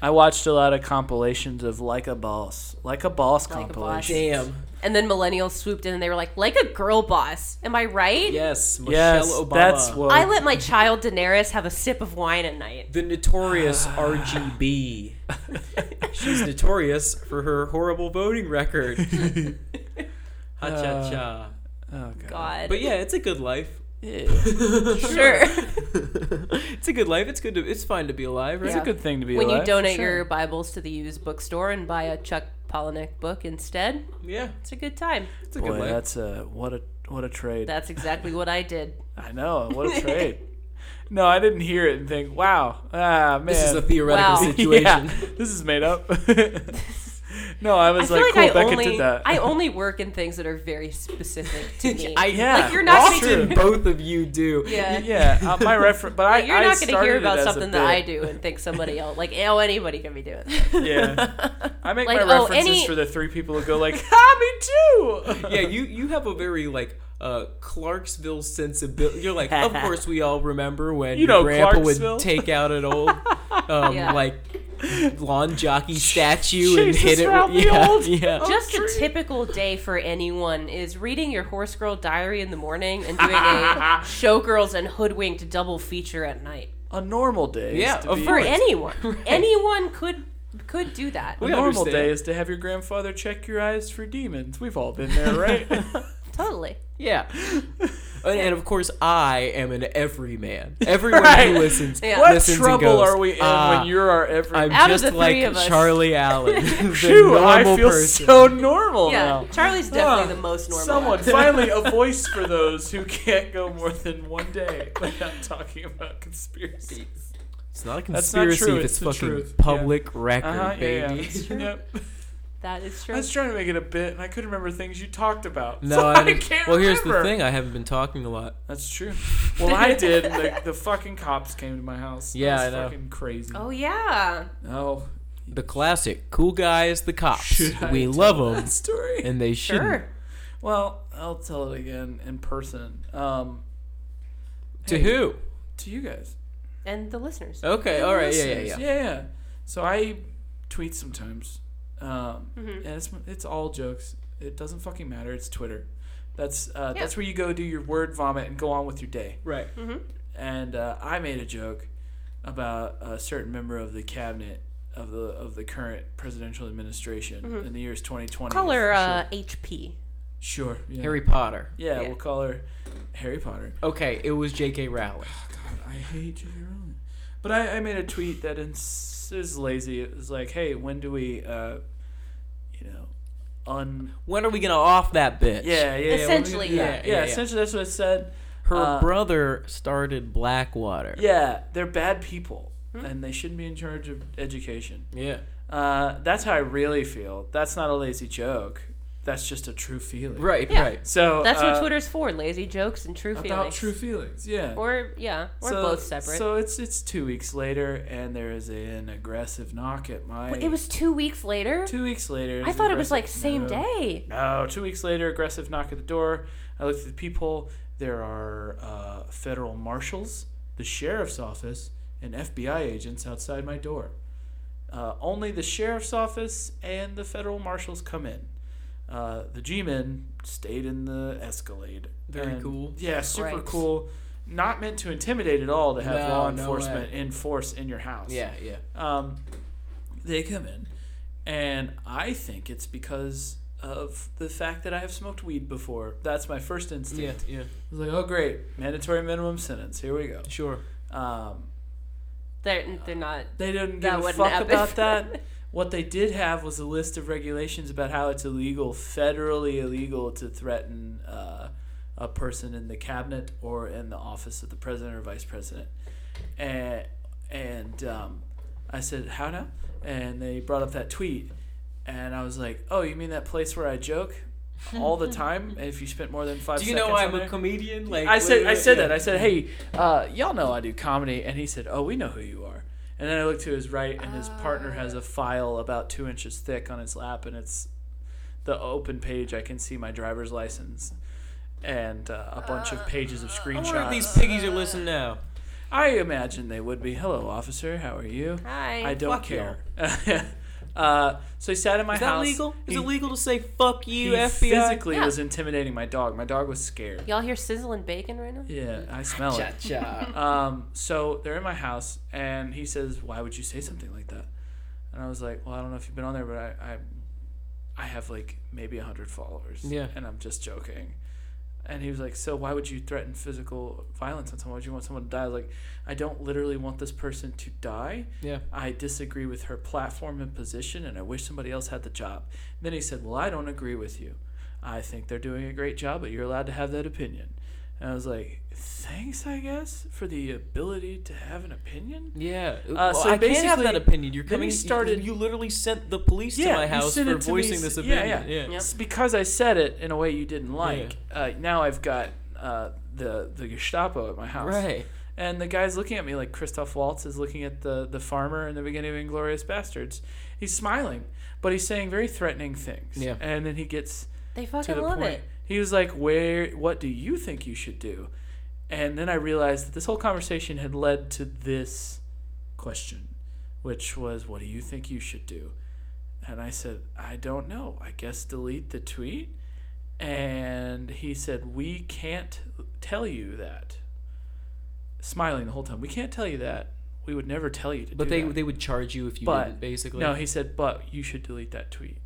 I watched a lot of compilations of like a boss, like a boss
Like a Boss.
compilation.
Damn.
And then millennials swooped in and they were like, like a girl boss. Am I right?
Yes, Michelle
Yes,
Obama.
that's what.
I let my child Daenerys have a sip of wine at night.
[sighs]
the notorious RGB. She's notorious for her horrible
[laughs]
voting record. Ha cha cha.
oh god.
God.
But yeah, it's a good life.
Yeah.
sure.
[laughs] it's a good life. It's good to. It's fine to be alive, right?
It's a good thing to be
when
alive.
you donate
sure.
your Bibles to the used bookstore and buy a Chuck Palahniuk book instead,
Yeah,
it's a good time.
it's a
Boy,
good life.
that's a what a what a trade.
That's exactly what
[laughs]
I did.
I know what
[laughs]
a trade. no, I didn't hear it and think, wow, ah man,
this is a theoretical
Wow. [laughs]
situation.
[laughs] Yeah,
[laughs]
this is made up. [laughs] no, I
I
was
feel
like,
like,
cool,
I
Beckett
only
did that. [laughs]
I only work in things that are very specific to me.
I,
Yeah,
like, you're not
that's
gonna-
true.
both of you do.
yeah.
yeah, uh, my reference, but I
Like, you're
I
not going to hear
started it
about
as a
something that I
bit.
do and
[laughs]
think somebody else like oh anybody can be doing. That.
Yeah, I make
[laughs] Like,
my
oh,
references
any-
for the three people who go
[laughs]
like, "Ha, me too."
yeah, you you have a very like uh, Clarksville sensibility. You're like, of course, we all remember when
You
your
know
grandpa
Clarksville?
would take out an
[laughs]
old um,
Yeah.
like lawn jockey statue and
Jesus,
hit it.
Ralph the
with [laughs] yeah,
Old.
yeah.
Just a typical day for anyone is reading your horse girl diary in the morning and
[laughs]
doing a showgirls and hoodwinked double feature at night.
[laughs] a normal day. is
Yeah,
to
of
be-
For
[laughs]
course.
anyone, anyone could could do that.
A
We
normal
understand.
day is to have your grandfather check your eyes for demons. We've all been there,
[laughs]
right?
Totally.
Yeah. And, and of course, I am an everyman. Everyone
Right.
who listens,
Yeah.
what
listens and
trouble
goes,
are we in
"Ah,
when you're our every?
I'm
Out of
just
the three
like
of us."
[laughs]
Charlie Allen, the
Phew, I
normal
feel
person.
so normal
yeah,
now.
Charlie's definitely
Ah,
the most normal.
Oh, Someone
[laughs] one.
finally a voice for those who can't go more than one day without talking about conspiracies.
It's not a
That's not
conspiracy
true,
if it's,
it's the
fucking
truth. Yeah.
public record,
Uh-huh, yeah, [laughs]
baby.
yeah. Yep.
That is true.
I was trying to make it a bit, and I couldn't remember things you talked about.
No,
[laughs] so I,
I, don't-
can't.
Well, here's the
remember.
thing: I haven't been talking a lot.
That's true. Well, I did. and The, the fucking cops came to my house.
[laughs] Yeah,
That was
I know.
Fucking crazy.
Oh yeah.
Oh,
The classic cool guys, the cops.
Should I
we
tell
love 'em love them,
that story.
and they shouldn't.
Sure.
Well, I'll tell it again in person. Um,
To who?
to you guys.
And the listeners.
Oh,
Okay, all right, yeah, yeah, yeah.
Listeners. yeah, yeah. So I tweet sometimes, um,
Mm-hmm.
and it's it's all jokes. It doesn't fucking matter. It's Twitter. That's uh,
Yeah.
that's where you go do your word vomit and go on with your day.
Right.
And uh, I made a joke about a certain member of the cabinet of the of the current presidential administration
Mm-hmm.
in the years 2020.
Call her uh, HP.
Sure. Yeah.
Harry Potter.
Yeah,
yeah.
we'll call her Harry Potter.
Okay, it was J.K. Rowling.
I hate J.K. Rowling. But I, I made a tweet that ins- is lazy. It was like, hey, when do we, uh, you know, un.
When are we gonna off that bitch?
Yeah, yeah, yeah. when we-
Essentially,
yeah.
yeah.
Yeah,
Yeah, yeah.
essentially that's what I said.
Her
Uh,
brother started Blackwater.
Yeah, they're bad people, and they shouldn't be in charge of education.
Yeah.
Uh, that's how I really feel. That's not a lazy joke. that's just a true feeling.
Right,
Yeah.
right.
So
That's what
uh,
Twitter's for: lazy jokes and true
about
feelings.
true feelings. Yeah.
Or yeah, or
so,
both separate.
So it's it's two weeks later, and there is an aggressive knock at my.
Wait, it was two weeks later.
two weeks later.
I
is
thought it was
aggressive-
like same
No.
day.
No, two weeks later, aggressive knock at the door. I look at the peephole. There are uh, federal marshals, the sheriff's office, and FBI agents outside my door. Uh, only the sheriff's office and the federal marshals come in. Uh, the G-men stayed in the Escalade.
Very
And-
cool.
Yeah, super
Right.
cool. Not meant to intimidate at all to have
No,
law
no
enforcement enforce in your house.
Yeah, yeah.
Um, they come in, and I think it's because of the fact that I have smoked weed before. That's my first instinct.
Yeah, yeah.
I was like, oh great, mandatory minimum sentence. Here we go.
Sure.
Um,
They're they're not.
they didn't give
That
a
wouldn't
fuck
happen.
about
[laughs]
that. What they did have was a list of regulations about how it's illegal, federally illegal, to threaten uh, a person in the cabinet or in the office of the president or vice president. And, and um, I said, How now? And they brought up that tweet. And I was like, Oh, you mean that place where I joke all
[laughs]
the time? If you spent more than five
Do you
seconds
know
on
I'm a
there?"
comedian? Like
I said,
what-
I said
yeah.
that. I said, hey, uh, y'all know I do comedy, and he said, oh, we know who you are. And then I looked to his right, and his partner has
Ah.
a file about two inches thick on his lap, and it's the open page. I can see my driver's license and uh, a bunch of pages of
I wonder if
screenshots.
these piggies are listening now.
I imagine they would be. Hello, officer. How are you?
Hi.
I don't
fuck
care. [laughs] uh, so he sat in my
Is that
house.
legal? Is
he,
it legal to say "fuck you,
he
FBI"?
physically
Yeah.
was intimidating my dog. My dog was scared.
Y'all hear sizzling bacon right now?
Yeah, I smell it. [laughs]
cha.
Um, so they're in my house, and he says, "Why would you say something like that?" And I was like, "Well, I don't know if you've been on there, but I, I, I have like maybe hundred followers,
Yeah.
and I'm just joking." And he was like, "So why would you threaten physical violence on someone? Would you want someone to die?" I was like, "I don't literally want this person to die.
Yeah.
I disagree with her platform and position, and I wish somebody else had the job." then he said, "Well, I don't agree with you. I think they're doing a great job, but you're allowed to have that opinion." And I was like, "Thanks, I guess, for the ability to have an opinion."
Yeah.
Uh, so
so I can't have
basically,
that opinion. You're
then
coming.
he started-
You, you literally sent the police to
Yeah,
my
you
house
sent
for
it to me
voicing
s-
this
yeah,
opinion.
yeah. It's because I said it in a way you didn't like. Uh, now I've got uh, the the Gestapo at my house.
Right.
And the guy's looking at me like Christoph Waltz is looking at the, the farmer in the beginning of Inglorious Bastards. He's smiling, but he's saying very threatening things.
Yeah.
And then he gets
They
to
fucking
the
love
point.
it.
He was like, "Where? What do you think you should do?" And then I realized that this whole conversation had led to this question, which was, "What do you think you should do?" And I said, "I don't know. I guess delete the tweet." And he said, "We can't tell you that." Smiling the whole time. We can't tell you that. We would never tell you to
But
do
they
that."
they would charge you if you
But-
didn't, basically.
No, he said, but you should delete that tweet.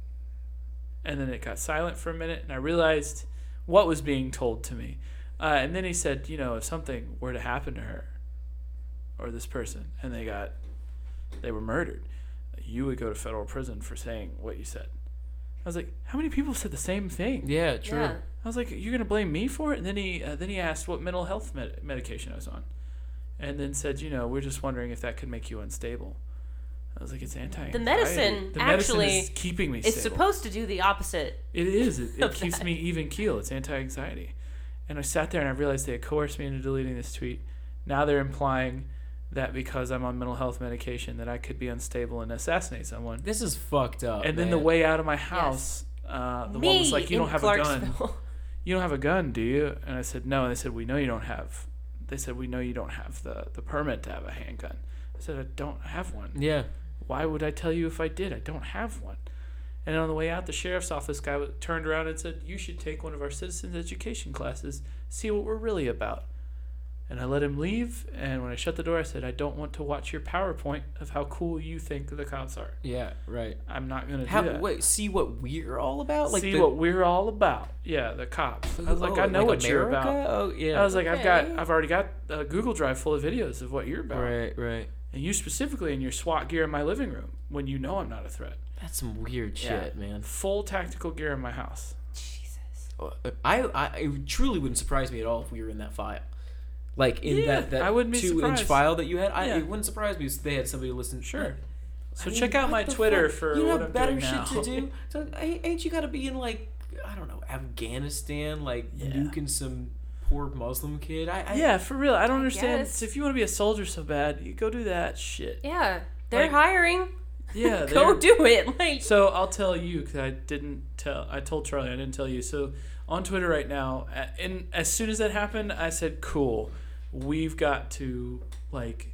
And then it got silent for a minute, and I realized what was being told to me. Uh, and then he said, you know, if something were to happen to her or this person, and they got, they were murdered, you would go to federal prison for saying what you said. I was like, how many people said the same thing?
yeah, true.
Yeah.
I was like, "You're gonna blame me for it?" And then he uh, then he asked what mental health med- medication I was on, and then said, "You know, we're just wondering if that could make you unstable." I was like, "It's anti."
The medicine
the
actually
medicine is keeping me.
It's
stable.
supposed to do the opposite.
It is. It, it keeps me even keel. It's anti-anxiety. And I sat there and I realized they had coerced me into deleting this tweet. Now they're implying that because I'm on mental health medication that I could be unstable and assassinate someone.
Oh,
This is fucked up.
and then the
man.
way out of my house, uh, the
Me
one was like, "You don't
in
have a gun." [laughs]
Clarksville.
you don't have a gun, do you? And I said, no. And they said, we know you don't have. They said, we know you don't have the, the permit to have a handgun. I said, I don't have one.
Yeah.
Why would I tell you if I did? I don't have one. And on the way out, the sheriff's office guy wa- turned around and said, you should take one of our citizens education classes, see what we're really about. And I let him leave. And when I shut the door, I said, I don't want to watch your PowerPoint of how cool you think the cops are.
Yeah. Right.
I'm not going to do
How,
that.
wait, see what we're all about. Like
see
the,
what we're all about. Yeah, the cops. I was like,
oh,
I know
like
what you're
America?
about.
Oh yeah.
I was like, I've got,
Okay.
I've already got a Google Drive full of videos of what you're about,
right, right.
and you specifically in your SWAT gear in my living room when you know I'm not a threat.
That's some weird
Yeah.
shit, man.
Full tactical gear in my house.
Jesus.
I, I it truly wouldn't surprise me at all if we were in that file. Like in
Yeah,
that, that
I wouldn't be
two
surprised.
inch file that you had, I,
Yeah.
it wouldn't surprise me if they had somebody listen.
Sure. So
I mean,
check out
what
my
the
Twitter
fuck?
for
you
what
have
I'm
better
doing
shit
now.
to do. So, ain't ain't you got to be in like I don't know, Afghanistan, like
Yeah.
nuking some poor Muslim kid. I, I
yeah, for real. I don't understand.
guess.
So if you want to be a soldier so bad, you go do that shit.
Yeah, they're
Like-
hiring. [laughs]
Yeah,
Go
they're-
do it. Like,
So I'll tell you because I didn't tell. I told Charlie I didn't tell you. So on Twitter right now, a- and as soon as that happened, I said, "Cool, we've got to like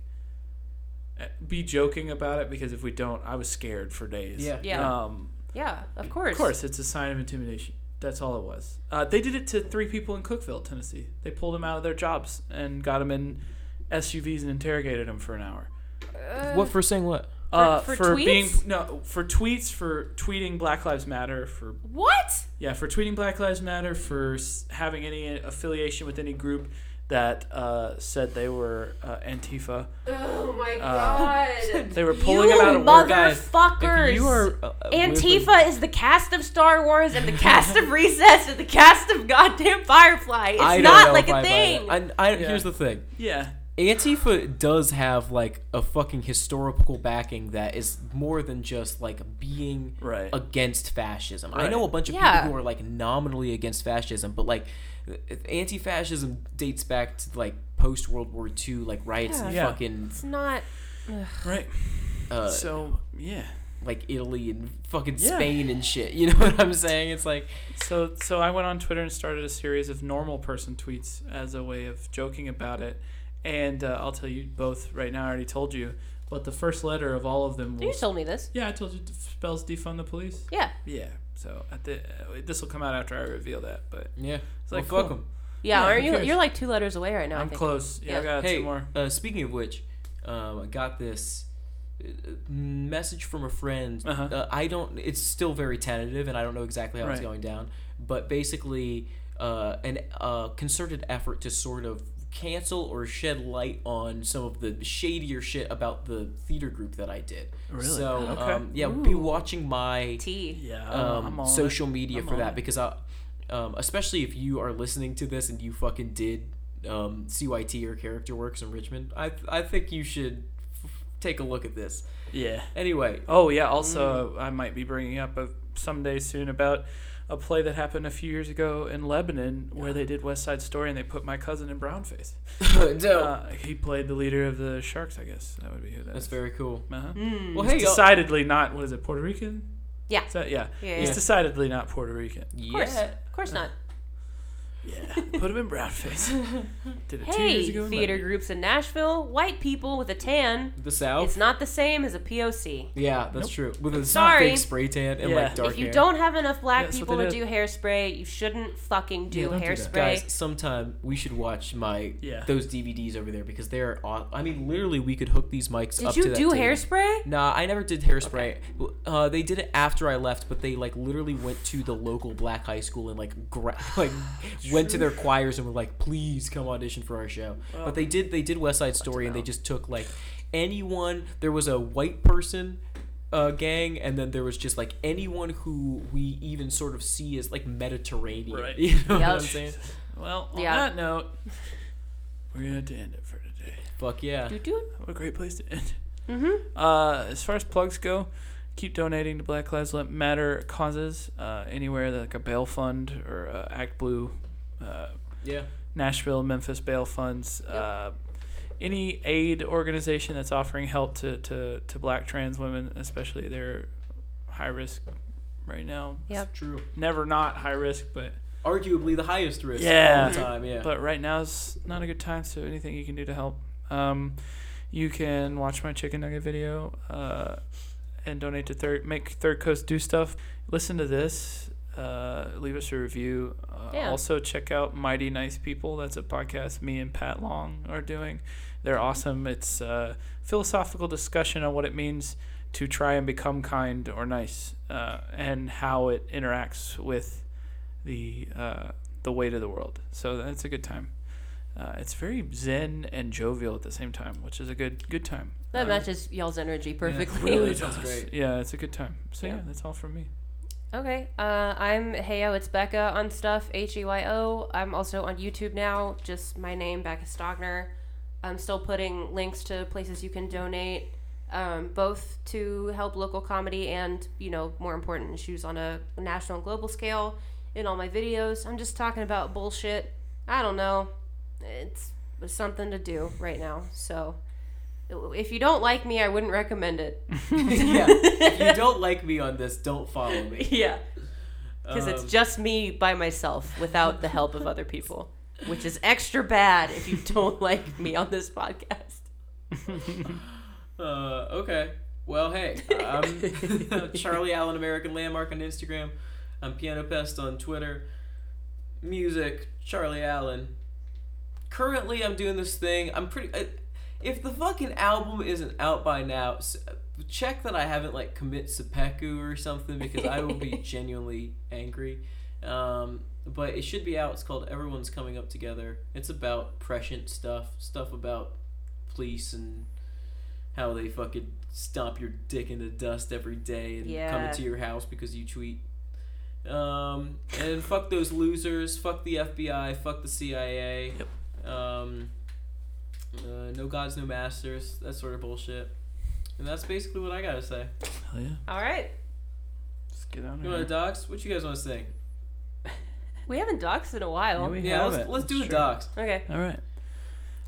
eh, be joking about it because if we don't, I was scared for days."
Yeah.
Yeah.
Um,
yeah, of course.
of course, it's a sign of intimidation. That's all it was. Uh, they did it to three people in Cookville, Tennessee. They pulled them out of their jobs and got them in SUVs and interrogated them for an hour.
what for saying what?
uh,
for
for,
tweets?
being no for tweets for tweeting Black Lives Matter for [laughs]
What?
yeah, for tweeting Black Lives Matter, for s- having any affiliation with any group that uh, said they were uh, Antifa. Uh,
Oh my god.
They were pulling
You
them out of work.
motherfuckers!
You
uh,
are uh,
Antifa is the cast of Star Wars and the cast
[laughs]
of Recess and the cast of goddamn Firefly. It's not like
a
a thing.
I, I,
Yeah.
Here's the thing.
Yeah,
Antifa does have like a fucking historical backing that is more than just like being
Right.
against fascism. I
Right.
know a bunch of
Yeah.
people who are like nominally against fascism, but like anti-fascism dates back to like post World War II, like riots in
Yeah.
fucking
it's not.
right.
uh,
so yeah,
like Italy and fucking
Yeah.
Spain and shit. [laughs] You know what I'm saying? It's like
so so I went on Twitter and started a series of normal person tweets as a way of joking about it. And uh, I'll tell you both right now. I already told you, but the first letter of all of them
You
was
told me this.
yeah. I told you it spells defund the police.
Yeah.
Yeah. So at the uh, this will come out after I reveal that, but
yeah, it's
like,
like fuck
cool.
'em.
Yeah,
Yeah,
aren't
who
you?
cares?
You're like two letters away right now. I
I'm
think.
close. Yeah, I
Yeah.
got
Hey,
two more.
Uh, speaking of which, um, I got this uh, message from a friend.
Uh-huh.
Uh, I don't. It's still very tentative, and I don't know exactly how it's
Right.
going down. But basically, uh, an uh, concerted effort to sort of cancel or shed light on some of the shadier shit about the theater group that I did.
Really?
So,
Okay.
um, yeah,
Ooh.
be watching my
T.
Yeah, I'm- I'm
um,
on it.
social media
I'm
for
on
that
it.
because I, um, especially if you are listening to this and you fucking did um, CYT or Character Works in Richmond, I I think you should f- take a look at this.
Yeah. [laughs]
Anyway, [laughs]
Oh yeah. Also, I might be bringing up a, someday soon about a play that happened a few years ago in Lebanon where they did West Side Story and they put my cousin in brownface.
no,
Uh, he played the leader of the Sharks. I guess that would be who that
that's
is.
very cool.
Uh-huh.
Mm.
Well,
He's
hey, uh, y'all-
decidedly not. What is it? Puerto Rican?
Yeah.
Is Uh, that- yeah.
Yeah,
He's
yeah.
decidedly not Puerto Rican.
Of course.
yeah.
Of course not.
Yeah. [laughs] put him in
[laughs]
brownface. Did it two
Hey,
years ago. in
theater
Lebanon.
groups in Nashville, white people with a tan.
The
Oh.
South.
It's not the same as a POC.
yeah, that's true. With a
sorry.
big spray tan and
Yeah.
like dark
If you
hair.
don't have enough black
Yeah, that's what
people
they
to do
did.
hairspray, you shouldn't fucking do
Yeah, don't do that.
hairspray.
Guys, sometime we should watch my
Yeah.
those DVDs over there because they're. Aw- I mean, literally, we could hook these mics
Did
up to
you
that
do
table.
hairspray?
Nah, I never did hairspray. Uh, they did it after I left, but they like literally went to the local black high school and like gra- [laughs] like went to their choirs and were like, "Please come audition for our show." but they did they did West Side Story and they just took like anyone. There was a white person. Uh, gang, and then there was just like anyone who we even sort of see as like Mediterranean.
Right.
[laughs] You know
Yeah.
what I'm saying?
Well, on
Yeah.
that note, we're gonna have to end it for today.
Fuck yeah.
You do?
What a great place to end. Mm-hmm. Uh, as far as plugs go, keep donating to Black Lives Matter causes uh, anywhere like a bail fund or uh, Act Blue, uh,
Yeah.
Nashville, Memphis bail funds. Uh, any aid organization that's offering help to, to, to black trans women, especially they're high risk right now.
Yeah.
True.
Never not high risk, but
Arguably the highest risk.
Yeah.
All the time. Yeah.
but right now's not a good time so anything you can do to help um, you can watch my chicken nugget video uh, and donate to third make third coast do stuff listen to this uh, leave us a review uh,
Yeah.
also check out mighty nice people that's a podcast me and pat long are doing they're awesome it's a philosophical discussion on what it means to try and become kind or nice uh, and how it interacts with the uh, the weight of the world. So that's a good time. Uh, it's very zen and jovial at the same time, which is a good good time.
That
Uh,
matches y'all's energy perfectly.
really
Sounds
does.
great.
Yeah, it's a good time. So yeah,
Yeah.
that's all from me.
Okay. Uh, I'm Heyo, it's Becca on stuff, H E Y O. I'm also on YouTube now, just my name, Becca Stogner. I'm still putting links to places you can donate, um, both to help local comedy and, you know, more important issues on a national and global scale. in all my videos. I'm just talking about bullshit. I don't know. It's something to do right now. So if you don't like me, I wouldn't recommend it.
[laughs] yeah. If you don't like me on this, don't follow me.
[laughs] yeah. Because it's
Um,
just me by myself without the help of other people, which is extra bad if you don't like me on this podcast.
[laughs] Uh, okay. Well, hey, I'm [laughs] Charlie Allen, American Landmark on Instagram. I'm Piano Pest on Twitter. Music, Charlie Allen. Currently, I'm doing this thing. I'm pretty. I, if the fucking album isn't out by now, s- check that I haven't like commit seppuku or something because I will [laughs] be genuinely angry. Um, but it should be out. It's called Everyone's Coming Up Together. It's about prescient stuff, stuff about police and how they fucking stomp your dick into dust every day and come
Yeah.
into your house because you tweet. Um, and fuck those losers. Fuck the FBI. Fuck the CIA. Yep. Um, uh, no gods, no masters. That sort of bullshit. And that's basically what I gotta say.
Hell yeah.
All right.
Let's get on
You want
here.
to dox? What you guys want to sing?
We haven't doxed in a while.
we
Yeah,
have
let's,
it.
let's do a
Sure.
dox.
Okay.
All right.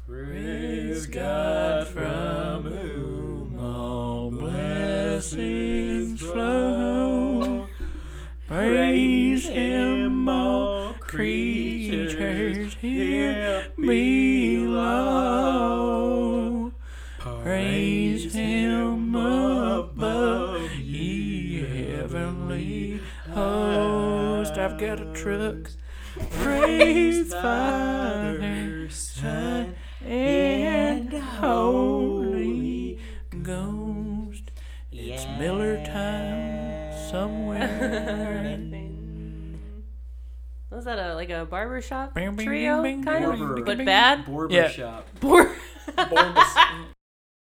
Praise
God
from
whom
all
blessings flow. Praise him, all creatures here below. Praise him above, ye heavenly host. I've got a truck. [laughs] Praise Father, Son, and Holy Ghost. It's Miller time [laughs] somewhere.
Was that a like a barber shop
Bing, bing,
trio
bing, bing,
kind
bing,
of,
bing,
but
bing.
bad?
Barber
Yeah.
shop.
Bor-